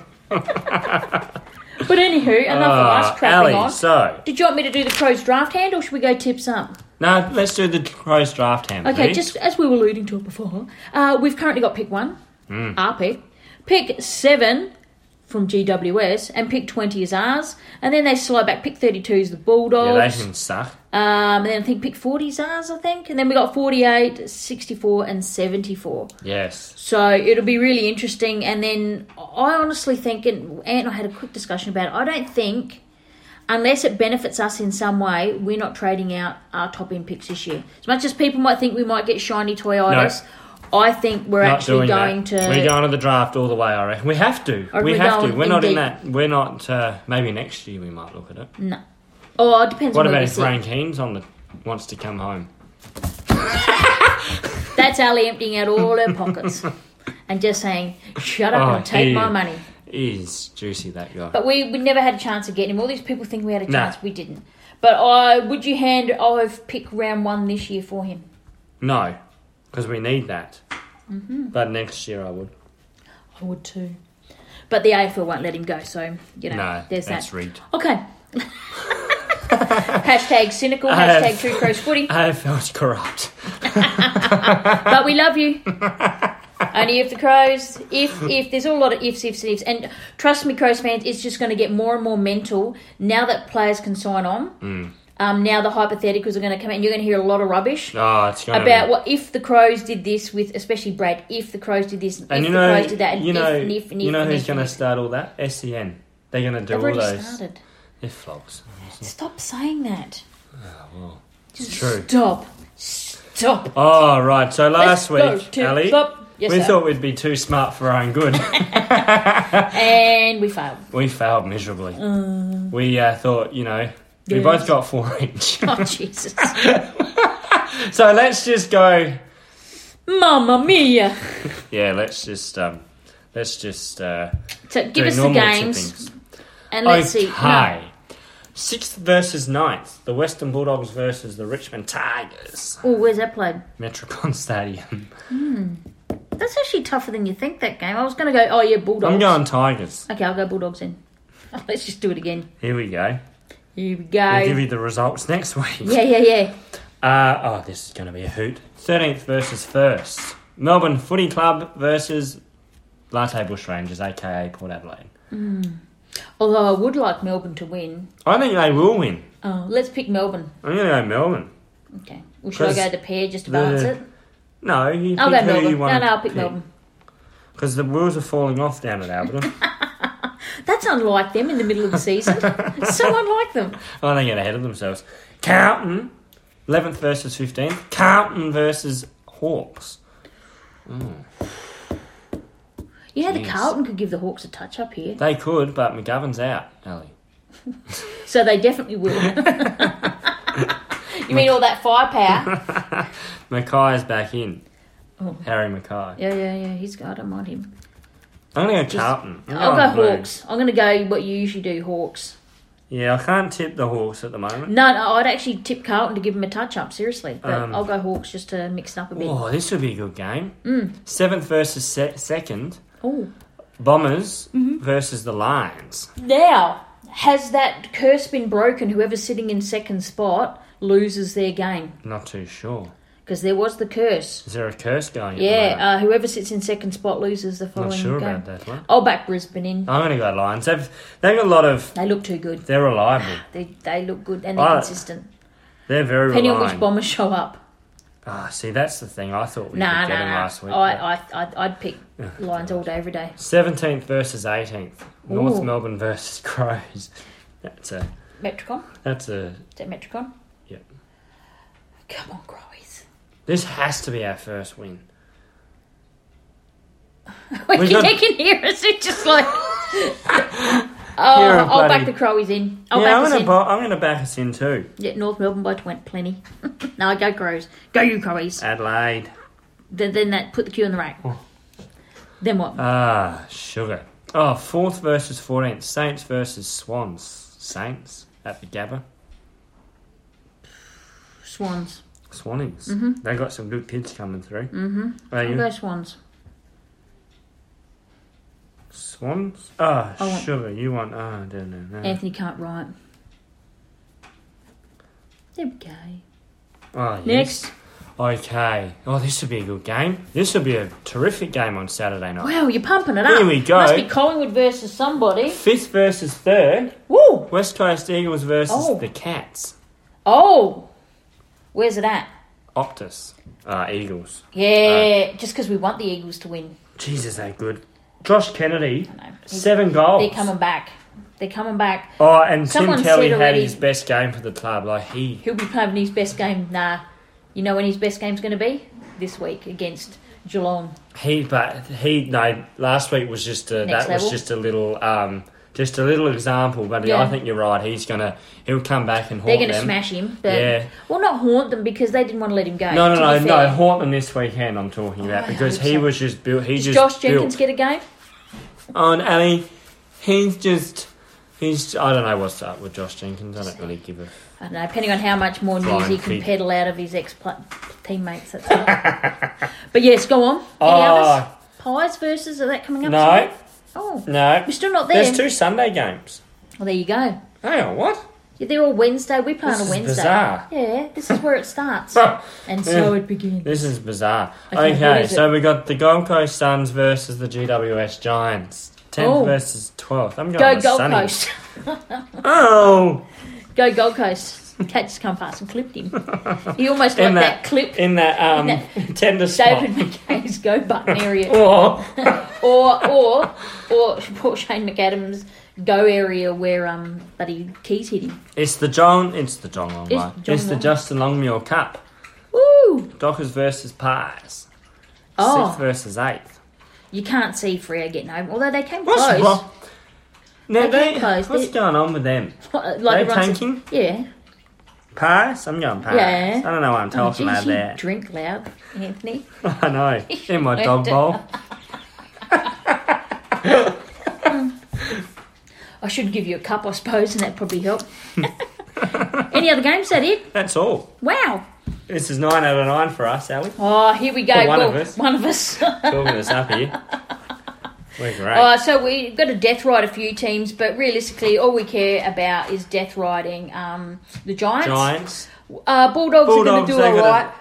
Speaker 1: but anywho, enough
Speaker 2: Ah,
Speaker 1: of us crapping
Speaker 2: Ali,
Speaker 1: on.
Speaker 2: so
Speaker 1: Did you want me to do the pros draft hand, or should we go tips up?
Speaker 2: now let's do the pros draft hand.
Speaker 1: Okay,
Speaker 2: please.
Speaker 1: just as we were alluding to it before, uh, we've currently got pick one,
Speaker 2: Hmm.
Speaker 1: our pick, pick seven from GWS, and pick twenty is ours. And then they slide back. Pick thirty-two is the
Speaker 2: yeah, they
Speaker 1: Bulldogs.
Speaker 2: can suck.
Speaker 1: um, and then I think pick forty is ours. I think, and then we got 48, 64, and seventy-four.
Speaker 2: Yes,
Speaker 1: So it'll be really interesting. And then I honestly think, and Ant and I had a quick discussion about it, I don't think, unless it benefits us in some way, we're not trading out our top end picks this year. As much as people might think we might get shiny toyitis, I think we're
Speaker 2: not
Speaker 1: actually
Speaker 2: doing
Speaker 1: going
Speaker 2: that.
Speaker 1: to.
Speaker 2: We're going to the draft all the way. I reckon we have to.
Speaker 1: Or
Speaker 2: we
Speaker 1: we're
Speaker 2: have to.
Speaker 1: going
Speaker 2: We're not
Speaker 1: in
Speaker 2: in that. We're not. Uh, maybe next year we might look at it.
Speaker 1: No. Oh, it depends
Speaker 2: What
Speaker 1: on where
Speaker 2: about
Speaker 1: we
Speaker 2: if
Speaker 1: sit.
Speaker 2: Frank Hean's on the wants to come home?
Speaker 1: That's Ali emptying out all her pockets
Speaker 2: [laughs]
Speaker 1: and just saying, shut up
Speaker 2: Oh,
Speaker 1: and take my
Speaker 2: dear.
Speaker 1: money.
Speaker 2: He's juicy that guy.
Speaker 1: But we, we never had a chance of getting him. All these people think we had a
Speaker 2: No.
Speaker 1: chance. We didn't. But I would you hand I've picked round one this year for him.
Speaker 2: no, because we need that.
Speaker 1: Mm-hmm.
Speaker 2: But next year I would.
Speaker 1: I would too. But the AFL won't let him go, so you know
Speaker 2: No,
Speaker 1: there's
Speaker 2: that's
Speaker 1: that.
Speaker 2: rigged. [laughs]
Speaker 1: Okay. hashtag cynical, hashtag true crows footy.
Speaker 2: AFL's corrupt.
Speaker 1: But we love you. Only if the crows, if if there's a lot of ifs, ifs, ifs, and trust me, crows fans, it's just going to get more and more mental now that players can sign on.
Speaker 2: Mm.
Speaker 1: Um, now the hypotheticals are going to come out, and you're going to hear a lot of rubbish.
Speaker 2: Oh, it's going
Speaker 1: about
Speaker 2: to
Speaker 1: what if the crows did this with especially Brad if the crows did this and
Speaker 2: And
Speaker 1: if
Speaker 2: you
Speaker 1: the
Speaker 2: know,
Speaker 1: crows did that and
Speaker 2: you know,
Speaker 1: if and if and if
Speaker 2: you know
Speaker 1: and
Speaker 2: who's
Speaker 1: if
Speaker 2: going
Speaker 1: and
Speaker 2: to
Speaker 1: if.
Speaker 2: start all that? SEN. They're going to do
Speaker 1: They've
Speaker 2: all
Speaker 1: already
Speaker 2: those.
Speaker 1: started
Speaker 2: They're flogs.
Speaker 1: stop saying that just
Speaker 2: Ah, true.
Speaker 1: stop stop
Speaker 2: Oh, right. So last
Speaker 1: Let's
Speaker 2: week,
Speaker 1: go to-
Speaker 2: Ali,
Speaker 1: stop. Yes,
Speaker 2: we
Speaker 1: sir.
Speaker 2: thought we'd be too smart for our own good. [laughs]
Speaker 1: and we failed [laughs]
Speaker 2: we failed miserably. We uh, thought, you know, we
Speaker 1: Yes.
Speaker 2: both got four [laughs] each.
Speaker 1: oh Jesus
Speaker 2: so let's just go.
Speaker 1: Mamma mia
Speaker 2: Yeah, let's just um, let's just uh,
Speaker 1: so give
Speaker 2: do
Speaker 1: us the
Speaker 2: normal
Speaker 1: games
Speaker 2: tippings.
Speaker 1: and let's
Speaker 2: okay.
Speaker 1: see no.
Speaker 2: Sixth versus ninth. The Western Bulldogs versus the Richmond Tigers.
Speaker 1: oh where's that played
Speaker 2: Metricon Stadium.
Speaker 1: that's actually tougher than you think that game I was going to go oh yeah Bulldogs
Speaker 2: I'm going Tigers.
Speaker 1: okay I'll go Bulldogs in [laughs] let's just do it again
Speaker 2: Here we go.
Speaker 1: here we
Speaker 2: We'll give
Speaker 1: go
Speaker 2: you the results next week.
Speaker 1: yeah yeah yeah
Speaker 2: Uh, oh, this is going to be a hoot. 13th versus 1st. Melbourne Footy Club versus Latte Bush Rangers, aka Port Adelaide.
Speaker 1: although I would like Melbourne to win
Speaker 2: I think they will win.
Speaker 1: Oh, let's pick Melbourne.
Speaker 2: I'm going to go Melbourne.
Speaker 1: Okay. Well, should I
Speaker 2: Because
Speaker 1: go to pair just to balance
Speaker 2: the-
Speaker 1: it?
Speaker 2: No, you
Speaker 1: I'll
Speaker 2: pick
Speaker 1: go
Speaker 2: who
Speaker 1: Melbourne.
Speaker 2: you
Speaker 1: No,
Speaker 2: want
Speaker 1: no, I'll
Speaker 2: to
Speaker 1: pick, Melbourne.
Speaker 2: Because the wheels are falling off down at [laughs] Alberton.
Speaker 1: That's unlike them in the middle of the
Speaker 2: [laughs]
Speaker 1: season. so unlike them.
Speaker 2: oh, they get ahead of themselves. Carlton, 11th versus 15th. Carlton versus Hawks.
Speaker 1: Yeah, the
Speaker 2: Jeez.
Speaker 1: Carlton could give the Hawks a touch up here.
Speaker 2: They could, but McGovern's out, Ellie.
Speaker 1: So they definitely
Speaker 2: [laughs]
Speaker 1: will. you mean all that
Speaker 2: [laughs]
Speaker 1: firepower?
Speaker 2: Mackay's back in.
Speaker 1: Oh.
Speaker 2: Harry Mackay.
Speaker 1: Yeah, yeah, yeah. He's got. I don't mind him.
Speaker 2: I'm going to go Carlton. I'm
Speaker 1: I'll
Speaker 2: going
Speaker 1: go
Speaker 2: blue.
Speaker 1: Hawks. I'm going to go what you usually do, Hawks.
Speaker 2: Yeah, I can't tip the Hawks at the moment.
Speaker 1: No, no I'd actually tip Carlton to give him a touch up. Seriously, but
Speaker 2: Um,
Speaker 1: I'll go Hawks just to mix it up a bit.
Speaker 2: Oh, this would be a good game.
Speaker 1: Mm.
Speaker 2: Seventh versus se- second.
Speaker 1: Oh,
Speaker 2: Bombers
Speaker 1: Mm-hmm.
Speaker 2: versus the Lions.
Speaker 1: now has that curse been broken? Whoever's sitting in second spot loses their game
Speaker 2: Not too sure.
Speaker 1: because there was the curse.
Speaker 2: Is there a curse going?
Speaker 1: Yeah,
Speaker 2: at
Speaker 1: uh, whoever sits in second spot loses the
Speaker 2: the moment?
Speaker 1: following
Speaker 2: not sure
Speaker 1: game.
Speaker 2: about that one.
Speaker 1: I'll back Brisbane in.
Speaker 2: I'm going to go Lions. They've they've got a lot of.
Speaker 1: They look too good.
Speaker 2: They're reliable.
Speaker 1: They they look good and they're
Speaker 2: Oh,
Speaker 1: consistent.
Speaker 2: They're very
Speaker 1: Depending on which
Speaker 2: reliable.
Speaker 1: bombers show up.
Speaker 2: Ah, see, that's the thing. I thought we
Speaker 1: Nah,
Speaker 2: could
Speaker 1: nah,
Speaker 2: get them
Speaker 1: nah.
Speaker 2: last week.
Speaker 1: I, I, I'd, I'd
Speaker 2: [laughs]
Speaker 1: pick Lions all day, every day.
Speaker 2: Seventeenth versus eighteenth. North
Speaker 1: Ooh.
Speaker 2: Melbourne versus [laughs] Crows. That's a
Speaker 1: Metricon?
Speaker 2: that's a.
Speaker 1: Is that Metricon?
Speaker 2: Yeah.
Speaker 1: Come on, Growies.
Speaker 2: This has to be our first win.
Speaker 1: [laughs] We
Speaker 2: got-
Speaker 1: can, they can hear us. It's just
Speaker 2: [laughs]
Speaker 1: like. oh,
Speaker 2: You're a
Speaker 1: I'll back
Speaker 2: bloody-
Speaker 1: the Crowies in. I'll
Speaker 2: yeah,
Speaker 1: back
Speaker 2: I'm
Speaker 1: us
Speaker 2: going to
Speaker 1: in.
Speaker 2: bo- I'm going to back us in too.
Speaker 1: yeah, North Melbourne by 20, plenty. [laughs] no, go Crows. Go you Crowies.
Speaker 2: Adelaide.
Speaker 1: then, then that put the Q in the rack.
Speaker 2: Oh.
Speaker 1: Then what?
Speaker 2: Ah, sugar. Oh, fourth versus fourteenth. Saints versus Swans. Saints at the Gabba.
Speaker 1: Swans.
Speaker 2: Swannings. Mm-hmm. They got some good kids coming through. Mm-hmm.
Speaker 1: I'll go Swans.
Speaker 2: Swans. Ah,
Speaker 1: I want- Eh.
Speaker 2: sugar. You want? Ah, I don't know. no.
Speaker 1: Anthony can't write. There we go.
Speaker 2: Oh, yes.
Speaker 1: Next.
Speaker 2: Okay. Oh, this would be a good game. This would be a terrific game on Saturday night.
Speaker 1: Wow, you're pumping it up.
Speaker 2: Here we go.
Speaker 1: Must be Collingwood versus somebody.
Speaker 2: Fifth versus third.
Speaker 1: Woo!
Speaker 2: West Coast Eagles versus
Speaker 1: Oh.
Speaker 2: the Cats.
Speaker 1: Oh, where's it at?
Speaker 2: Optus. Ah, Eagles.
Speaker 1: Yeah, just because we want the Eagles to win.
Speaker 2: Jesus, they good. Josh Kennedy.
Speaker 1: know. He's-
Speaker 2: Seven goals.
Speaker 1: They're coming back. They're coming back.
Speaker 2: Oh, and
Speaker 1: Someone
Speaker 2: Tim Kelly
Speaker 1: said
Speaker 2: had
Speaker 1: already-
Speaker 2: his best game for the club. Like he,
Speaker 1: He'll be playing his best game. Nah, you know when his best game's going to be this week against Geelong.
Speaker 2: he, but he. No, last week was just a,
Speaker 1: Next
Speaker 2: that was
Speaker 1: level.
Speaker 2: just a little, um, just a little example. But
Speaker 1: Yeah.
Speaker 2: I think you're right. He's gonna, he'll come back and
Speaker 1: They're
Speaker 2: haunt
Speaker 1: going to
Speaker 2: them.
Speaker 1: smash him. But,
Speaker 2: Yeah.
Speaker 1: Well, not haunt them because they didn't want to let him go.
Speaker 2: No, no,
Speaker 1: to
Speaker 2: no,
Speaker 1: be
Speaker 2: no.
Speaker 1: fair. Oh,
Speaker 2: Haunt them this weekend. I'm talking about
Speaker 1: I
Speaker 2: because
Speaker 1: hope
Speaker 2: he
Speaker 1: so.
Speaker 2: was just built. He
Speaker 1: Does
Speaker 2: just
Speaker 1: Josh
Speaker 2: built
Speaker 1: Jenkins get a game?
Speaker 2: on Ali. He's just. He's. I don't know what's up with Josh Jenkins. I don't really give a.
Speaker 1: I don't know, depending on how much more news
Speaker 2: Flying
Speaker 1: he can
Speaker 2: feet.
Speaker 1: peddle out of his ex teammates. That's right.
Speaker 2: [laughs]
Speaker 1: but yes, go on. Any others?
Speaker 2: Oh
Speaker 1: Pies versus are that coming up?
Speaker 2: no,
Speaker 1: soon? Oh,
Speaker 2: no.
Speaker 1: we're still not there.
Speaker 2: There's two Sunday games.
Speaker 1: Well, there you go.
Speaker 2: Hang on, what?
Speaker 1: Yeah, they're all Wednesday. We play
Speaker 2: This
Speaker 1: on a
Speaker 2: is
Speaker 1: Wednesday.
Speaker 2: bizarre.
Speaker 1: Yeah, this is where it starts, and so it begins.
Speaker 2: This is bizarre.
Speaker 1: Okay,
Speaker 2: Okay,
Speaker 1: what is
Speaker 2: so we got the Gold Coast Suns versus the GWS Giants. 10th
Speaker 1: Oh.
Speaker 2: versus 12th. I'm going
Speaker 1: Go
Speaker 2: with
Speaker 1: Gold
Speaker 2: Sunny.
Speaker 1: Coast. [laughs]
Speaker 2: Oh!
Speaker 1: Go Gold Coast. Cat just come past and clipped
Speaker 2: [laughs]
Speaker 1: him. He almost like
Speaker 2: In
Speaker 1: that,
Speaker 2: that-
Speaker 1: clip
Speaker 2: In that um,
Speaker 1: In
Speaker 2: tender [laughs] spot.
Speaker 1: David McKay's go button
Speaker 2: [laughs]
Speaker 1: area,
Speaker 2: Oh.
Speaker 1: or or or poor Shane McAdams go area where um buddy Keys hit him.
Speaker 2: It's the John. It's the John Long
Speaker 1: It's
Speaker 2: one.
Speaker 1: John
Speaker 2: It's the
Speaker 1: Long.
Speaker 2: Justin Longmuir Cup.
Speaker 1: Woo!
Speaker 2: Dockers versus Pies.
Speaker 1: Oh.
Speaker 2: Sixth versus eighth.
Speaker 1: You can't see Freo getting home, although they came
Speaker 2: What's
Speaker 1: close.
Speaker 2: wrong? Now,
Speaker 1: They
Speaker 2: they,
Speaker 1: came close.
Speaker 2: what's
Speaker 1: They-
Speaker 2: going on with them?
Speaker 1: What,
Speaker 2: They
Speaker 1: everyone said-
Speaker 2: tanking?
Speaker 1: Yeah.
Speaker 2: Pies? I'm going pies.
Speaker 1: Yeah.
Speaker 2: I don't know what I'm
Speaker 1: Oh,
Speaker 2: talking
Speaker 1: geez,
Speaker 2: about
Speaker 1: you
Speaker 2: there. [laughs]
Speaker 1: drink loud, Anthony.
Speaker 2: I know. In my
Speaker 1: Left
Speaker 2: dog
Speaker 1: it.
Speaker 2: bowl.
Speaker 1: I should give you a cup, I suppose, and that probably
Speaker 2: [laughs]
Speaker 1: help. Any other games? That it?
Speaker 2: That's all.
Speaker 1: Wow.
Speaker 2: This is nine out of nine for us, Sally.
Speaker 1: Oh, here we go.
Speaker 2: For one
Speaker 1: well,
Speaker 2: of us.
Speaker 1: One of
Speaker 2: [laughs]
Speaker 1: us.
Speaker 2: Talking us up here.
Speaker 1: [laughs]
Speaker 2: We're great.
Speaker 1: Uh, so we've got to death ride a few teams, but realistically, all we care about is death riding um, the Giants.
Speaker 2: Giants.
Speaker 1: Uh, Bulldogs, are going
Speaker 2: Bulldogs,
Speaker 1: to do
Speaker 2: they're
Speaker 1: all
Speaker 2: gonna-
Speaker 1: right.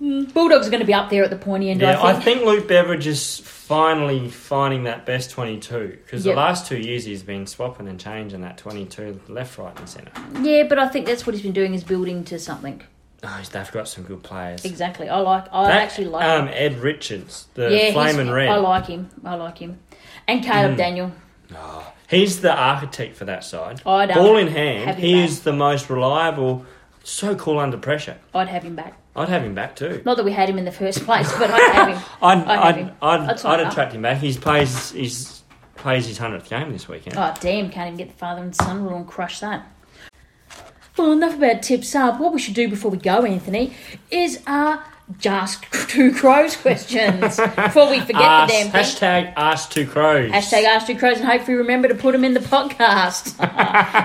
Speaker 1: Mm, Bulldogs are going to be up there at the pointy end,
Speaker 2: Yeah,
Speaker 1: I
Speaker 2: I
Speaker 1: think.
Speaker 2: think Luke Beveridge is finally finding that best 22 because
Speaker 1: Yep.
Speaker 2: the last two years he's been swapping and changing that 22 left, right, and centre.
Speaker 1: Yeah, but I think that's what he's been doing is building to something.
Speaker 2: Oh, they've got some good players.
Speaker 1: Exactly. I like. I
Speaker 2: That-
Speaker 1: actually like.
Speaker 2: um, Ed Richards, the
Speaker 1: yeah, he's-
Speaker 2: Flame and Red. Mm.
Speaker 1: I like him. I like him. And Caleb Daniel.
Speaker 2: Oh, he's the architect for that side.
Speaker 1: I'd, um,
Speaker 2: Ball in
Speaker 1: have
Speaker 2: hand,
Speaker 1: him
Speaker 2: he
Speaker 1: back.
Speaker 2: is the most reliable. So cool under pressure.
Speaker 1: I'd have him back.
Speaker 2: I'd have him back too.
Speaker 1: Not that we had him in the first place, but I'd
Speaker 2: [laughs]
Speaker 1: have him.
Speaker 2: I'd
Speaker 1: I'd have
Speaker 2: I'd,
Speaker 1: him.
Speaker 2: I'd, I'd,
Speaker 1: That's all right.
Speaker 2: attract him back. He's plays he's plays his hundredth game this weekend.
Speaker 1: Oh damn! Can't even get the father and son rule and crush that. Well, enough about tips up. What we should do before we go, Anthony, is uh, just two crows
Speaker 2: [laughs]
Speaker 1: questions before we forget
Speaker 2: Ask-
Speaker 1: the damn thing.
Speaker 2: hashtag ask two crows.
Speaker 1: Hashtag ask two crows and hopefully remember to put them in the
Speaker 2: [laughs]
Speaker 1: podcast.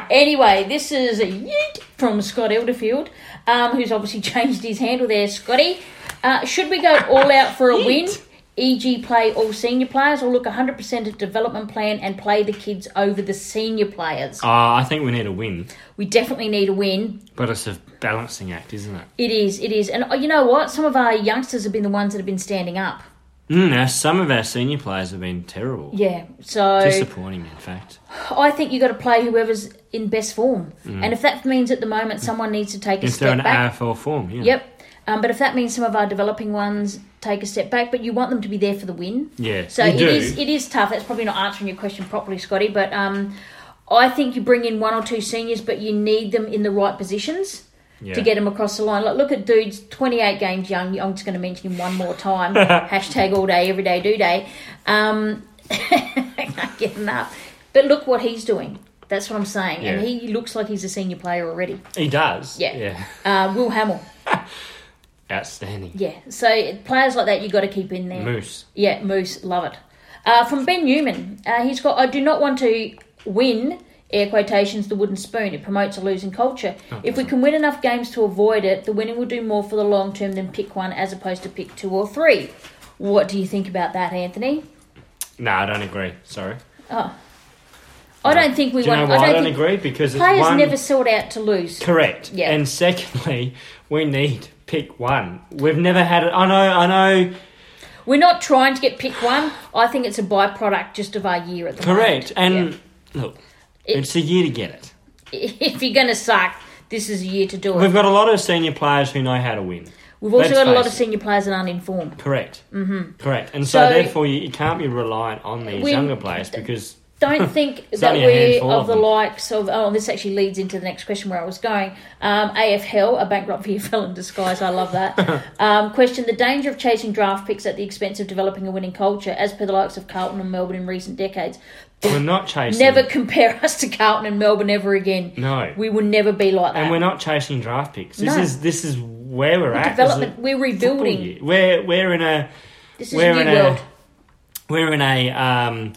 Speaker 1: anyway, this is a yeet from Scott Elderfield, um, who's obviously [laughs] changed his handle there, Scotty. Uh, should we go all out for a win?
Speaker 2: Yeet.
Speaker 1: E.g., play all senior players or look 100% at development plan and play the kids over the senior players?
Speaker 2: Uh, I think we need a win,
Speaker 1: We definitely need a win.
Speaker 2: but it's a balancing act, isn't it?
Speaker 1: It is, it is. And uh, you know what? Some of our youngsters have been the ones that have been standing up.
Speaker 2: Mm, now, some of our senior players have been terrible.
Speaker 1: Yeah, so.
Speaker 2: Disappointing, in fact.
Speaker 1: I think you got to play whoever's in best form, and if that means at the moment someone needs to take a
Speaker 2: If
Speaker 1: step
Speaker 2: they're Mm. an
Speaker 1: back,
Speaker 2: AFL form, yeah.
Speaker 1: yep. Um, but if that means some of our developing ones take a step back, but you want them to be there for the win,
Speaker 2: Yeah,
Speaker 1: So
Speaker 2: you
Speaker 1: it
Speaker 2: do.
Speaker 1: is it is tough. That's probably not answering your question properly, Scotty. But um, I think you bring in one or two seniors, but you need them in the right positions
Speaker 2: Yeah.
Speaker 1: to get them across the line. Like, look at dudes, 28 games young. I'm just going to mention him one more
Speaker 2: [laughs]
Speaker 1: time. Hashtag all day, every day, do day. Um, [laughs] can't get enough. But look what he's doing. That's what I'm saying. And
Speaker 2: Yeah.
Speaker 1: he looks like he's a senior player already.
Speaker 2: He does.
Speaker 1: Yeah. Uh, Will Hamill.
Speaker 2: Outstanding.
Speaker 1: Yeah. So players like that, you got to keep in there.
Speaker 2: Moose.
Speaker 1: Yeah, Moose, love it. Uh, from Ben Newman, uh, he's got, I do not want to win, air quotations, the wooden spoon. It promotes a losing culture.
Speaker 2: Oh,
Speaker 1: if we can win enough games to avoid it, the winning will do more for the long term than pick one as opposed to pick two or three. What do you think about that, Anthony? Oh.
Speaker 2: No, I don't agree. Sorry.
Speaker 1: I don't think we
Speaker 2: Uh, Do you know
Speaker 1: want.
Speaker 2: why
Speaker 1: I
Speaker 2: I
Speaker 1: don't
Speaker 2: don't
Speaker 1: think
Speaker 2: agree? Because it's
Speaker 1: players
Speaker 2: one...
Speaker 1: never sought out to lose.
Speaker 2: Correct.
Speaker 1: Yeah.
Speaker 2: And secondly, we need pick one. We've never had it. I know. I know.
Speaker 1: We're not trying to get pick one. I think it's a byproduct just of our year at the
Speaker 2: Correct.
Speaker 1: moment.
Speaker 2: And look, it's a year to get it.
Speaker 1: Yeah. [laughs] if you're going to suck, this is a year to do it.
Speaker 2: We've got a lot of senior players who know how to win.
Speaker 1: We've also
Speaker 2: Let's
Speaker 1: got a lot
Speaker 2: face
Speaker 1: of senior players that aren't informed.
Speaker 2: Correct. Mm-hmm. Correct. And so,
Speaker 1: So-
Speaker 2: therefore, you, you can't be reliant on these
Speaker 1: We-
Speaker 2: younger players because [laughs]
Speaker 1: don't think that
Speaker 2: only a
Speaker 1: we're
Speaker 2: handful
Speaker 1: of,
Speaker 2: of
Speaker 1: the
Speaker 2: them.
Speaker 1: likes of. Oh, this actually leads into the next question where I was going. Um, AF Hell, a bankrupt [laughs] VFL in disguise. I love
Speaker 2: [laughs]
Speaker 1: that. um, question The danger of chasing draft picks at the expense of developing a winning culture, as per the likes of Carlton and Melbourne in recent decades.
Speaker 2: we're not chasing.
Speaker 1: Never compare [laughs] us to Carlton and Melbourne ever again.
Speaker 2: No.
Speaker 1: We will never be like that.
Speaker 2: and we're not chasing draft picks. This
Speaker 1: No.
Speaker 2: is this is where we're at. as a
Speaker 1: Development, we're
Speaker 2: football
Speaker 1: rebuilding.
Speaker 2: year. We're we're in a
Speaker 1: This is a
Speaker 2: we're
Speaker 1: new
Speaker 2: in
Speaker 1: world.
Speaker 2: a we're in a um,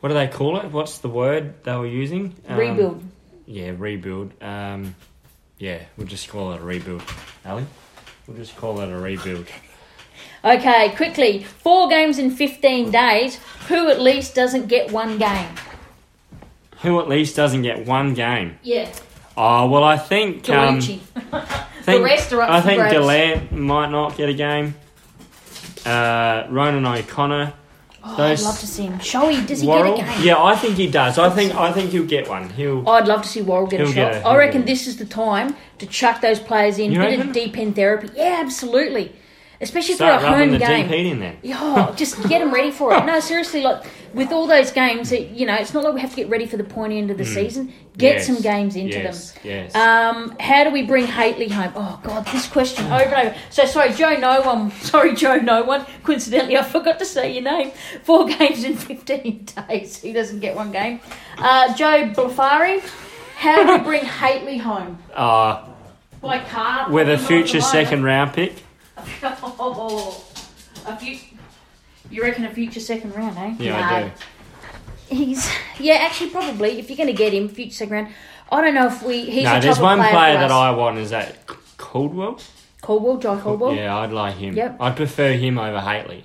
Speaker 2: what do they call it? What's the word they were using? Um,
Speaker 1: Rebuild.
Speaker 2: Yeah, rebuild. Um, yeah, we'll just call it a rebuild, Ali. We'll just call it a rebuild.
Speaker 1: Okay, quickly. Four games in 15 days. Who at least doesn't get one game?
Speaker 2: Who at least doesn't get one game?
Speaker 1: Yeah.
Speaker 2: Oh well, I think um,
Speaker 1: Luigi.
Speaker 2: think-
Speaker 1: rest are up
Speaker 2: I
Speaker 1: for
Speaker 2: think
Speaker 1: grabs.
Speaker 2: Gallant might not get a game. Uh, Ronan O'Connor.
Speaker 1: Oh, I'd love to see him. Showy, does he
Speaker 2: Worrell?
Speaker 1: get a game? Oh,
Speaker 2: Yeah, I think he does. I think I think he'll get one. He'll
Speaker 1: I'd love to see Worrell get a
Speaker 2: He'll
Speaker 1: shot.
Speaker 2: get it,
Speaker 1: I
Speaker 2: he'll
Speaker 1: reckon
Speaker 2: get it.
Speaker 1: this is the time to chuck those players in.
Speaker 2: You
Speaker 1: bit
Speaker 2: reckon?
Speaker 1: of deep end therapy. Yeah, absolutely. Especially
Speaker 2: start
Speaker 1: for a
Speaker 2: rubbing
Speaker 1: home
Speaker 2: the
Speaker 1: game.
Speaker 2: deep heat in there.
Speaker 1: Yeah, oh, just get them ready for it. No, seriously, like with all those games, it, you know, it's not like we have to get ready for the point end of the season. Get
Speaker 2: Hmm. Yes,
Speaker 1: some games into
Speaker 2: yes,
Speaker 1: them.
Speaker 2: Yes.
Speaker 1: Um, how do we bring Haitley home? Oh God, this question over and over. So sorry, Joe. No one. [laughs] Sorry, Joe. No one. Coincidentally, I forgot to say your name. Four [laughs] games in fifteen days. He doesn't get one game. Uh, Joe Blafari. How
Speaker 2: [laughs]
Speaker 1: do we bring Haitley home?
Speaker 2: uh,
Speaker 1: By car.
Speaker 2: with a
Speaker 1: Not
Speaker 2: future
Speaker 1: alone.
Speaker 2: second round pick.
Speaker 1: [laughs] Oh, a few. You reckon a future second round, eh?
Speaker 2: Yeah,
Speaker 1: Nah,
Speaker 2: I do.
Speaker 1: He's yeah, actually probably if you're going to get him future second round. I don't know if we. He's a
Speaker 2: No,
Speaker 1: type
Speaker 2: there's
Speaker 1: of
Speaker 2: one player,
Speaker 1: player, for
Speaker 2: that
Speaker 1: us.
Speaker 2: I want. Is that Caldwell?
Speaker 1: Caldwell, Jai Caldwell.
Speaker 2: Yeah, I'd like him.
Speaker 1: Yep.
Speaker 2: I'd prefer him over Haitley.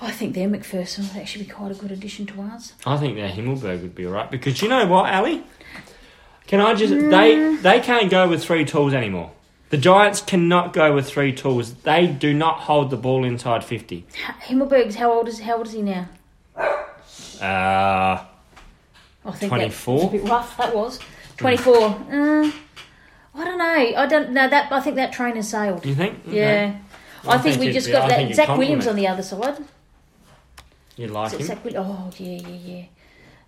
Speaker 1: Oh, I think their McPherson would actually be quite a good addition to ours.
Speaker 2: I think that Himmelberg would be alright because you know what, Ali? Can I just
Speaker 1: Mm.
Speaker 2: they they can't go with three tools anymore. The Giants cannot go with three tools. They do not hold the ball inside fifty.
Speaker 1: H- Himmelberg's how old is how old is he now?
Speaker 2: Uh
Speaker 1: I think
Speaker 2: 24?
Speaker 1: That was a bit rough. That was twenty four. Uh, I don't know. I don't know that. I think that train has sailed.
Speaker 2: You think? Okay.
Speaker 1: Yeah. I, think, we
Speaker 2: it'd
Speaker 1: just
Speaker 2: be- I
Speaker 1: got
Speaker 2: think
Speaker 1: that
Speaker 2: it'd
Speaker 1: Zach Williams
Speaker 2: complement.
Speaker 1: on the other side.
Speaker 2: You like
Speaker 1: Is it
Speaker 2: him?
Speaker 1: Zach Wil- Oh yeah, yeah, yeah.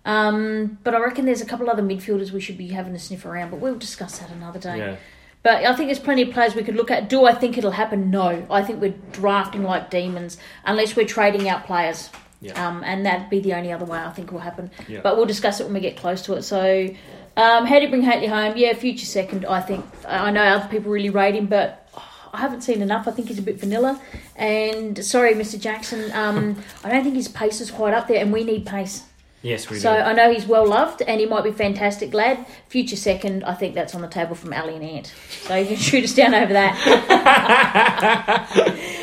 Speaker 1: Um, but I reckon there's a couple other midfielders we should be having a sniff around. But we'll discuss that another day.
Speaker 2: Yeah.
Speaker 1: But I think there's plenty of players we could look at. Do I think it'll happen? No. I think we're drafting like demons unless we're trading out players.
Speaker 2: Yeah.
Speaker 1: Um, and that'd be the only other way I think will happen.
Speaker 2: Yeah.
Speaker 1: But we'll discuss it when we get close to it. So, um, how do you bring Haley home? Yeah, future second, I think. I I know other people really rate him, but oh, I haven't seen enough. I think he's a bit vanilla. And sorry, Mr. Jackson, um, I don't think his pace is quite up there, and we need pace.
Speaker 2: Yes, we
Speaker 1: So
Speaker 2: do.
Speaker 1: I know he's well loved, and he might be fantastic lad. Future second, I think that's on the table from Ali and Ant. So you can [laughs] shoot us down over
Speaker 2: [laughs]
Speaker 1: that.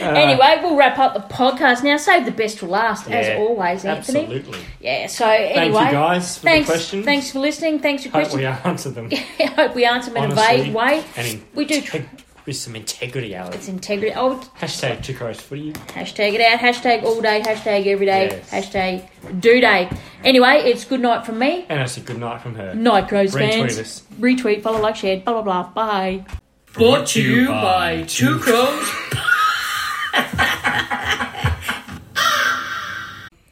Speaker 1: anyway, we'll wrap up the podcast now. Save the best for last,
Speaker 2: Yeah,
Speaker 1: as always, Anthony.
Speaker 2: Absolutely.
Speaker 1: Yeah. So anyway,
Speaker 2: Thank you guys for
Speaker 1: thanks.
Speaker 2: the questions.
Speaker 1: Thanks for listening. Thanks for
Speaker 2: Hope we
Speaker 1: questions.
Speaker 2: answered them.
Speaker 1: I [laughs] hope we answer them in
Speaker 2: honestly,
Speaker 1: a vague way.
Speaker 2: And in-
Speaker 1: We do. Tr-
Speaker 2: with some integrity, Alex.
Speaker 1: it's integrity. Oh,
Speaker 2: Hashtag Chico's footy.
Speaker 1: hashtag it out. Hashtag all day. Hashtag every day.
Speaker 2: Yes.
Speaker 1: Hashtag do day. Anyway, it's good night from me.
Speaker 2: And I said good night from her.
Speaker 1: Night Crows
Speaker 2: Retweet
Speaker 1: fans.
Speaker 2: us.
Speaker 1: Retweet, follow, like, share, blah blah blah. Bye.
Speaker 3: Brought to you by Two Crows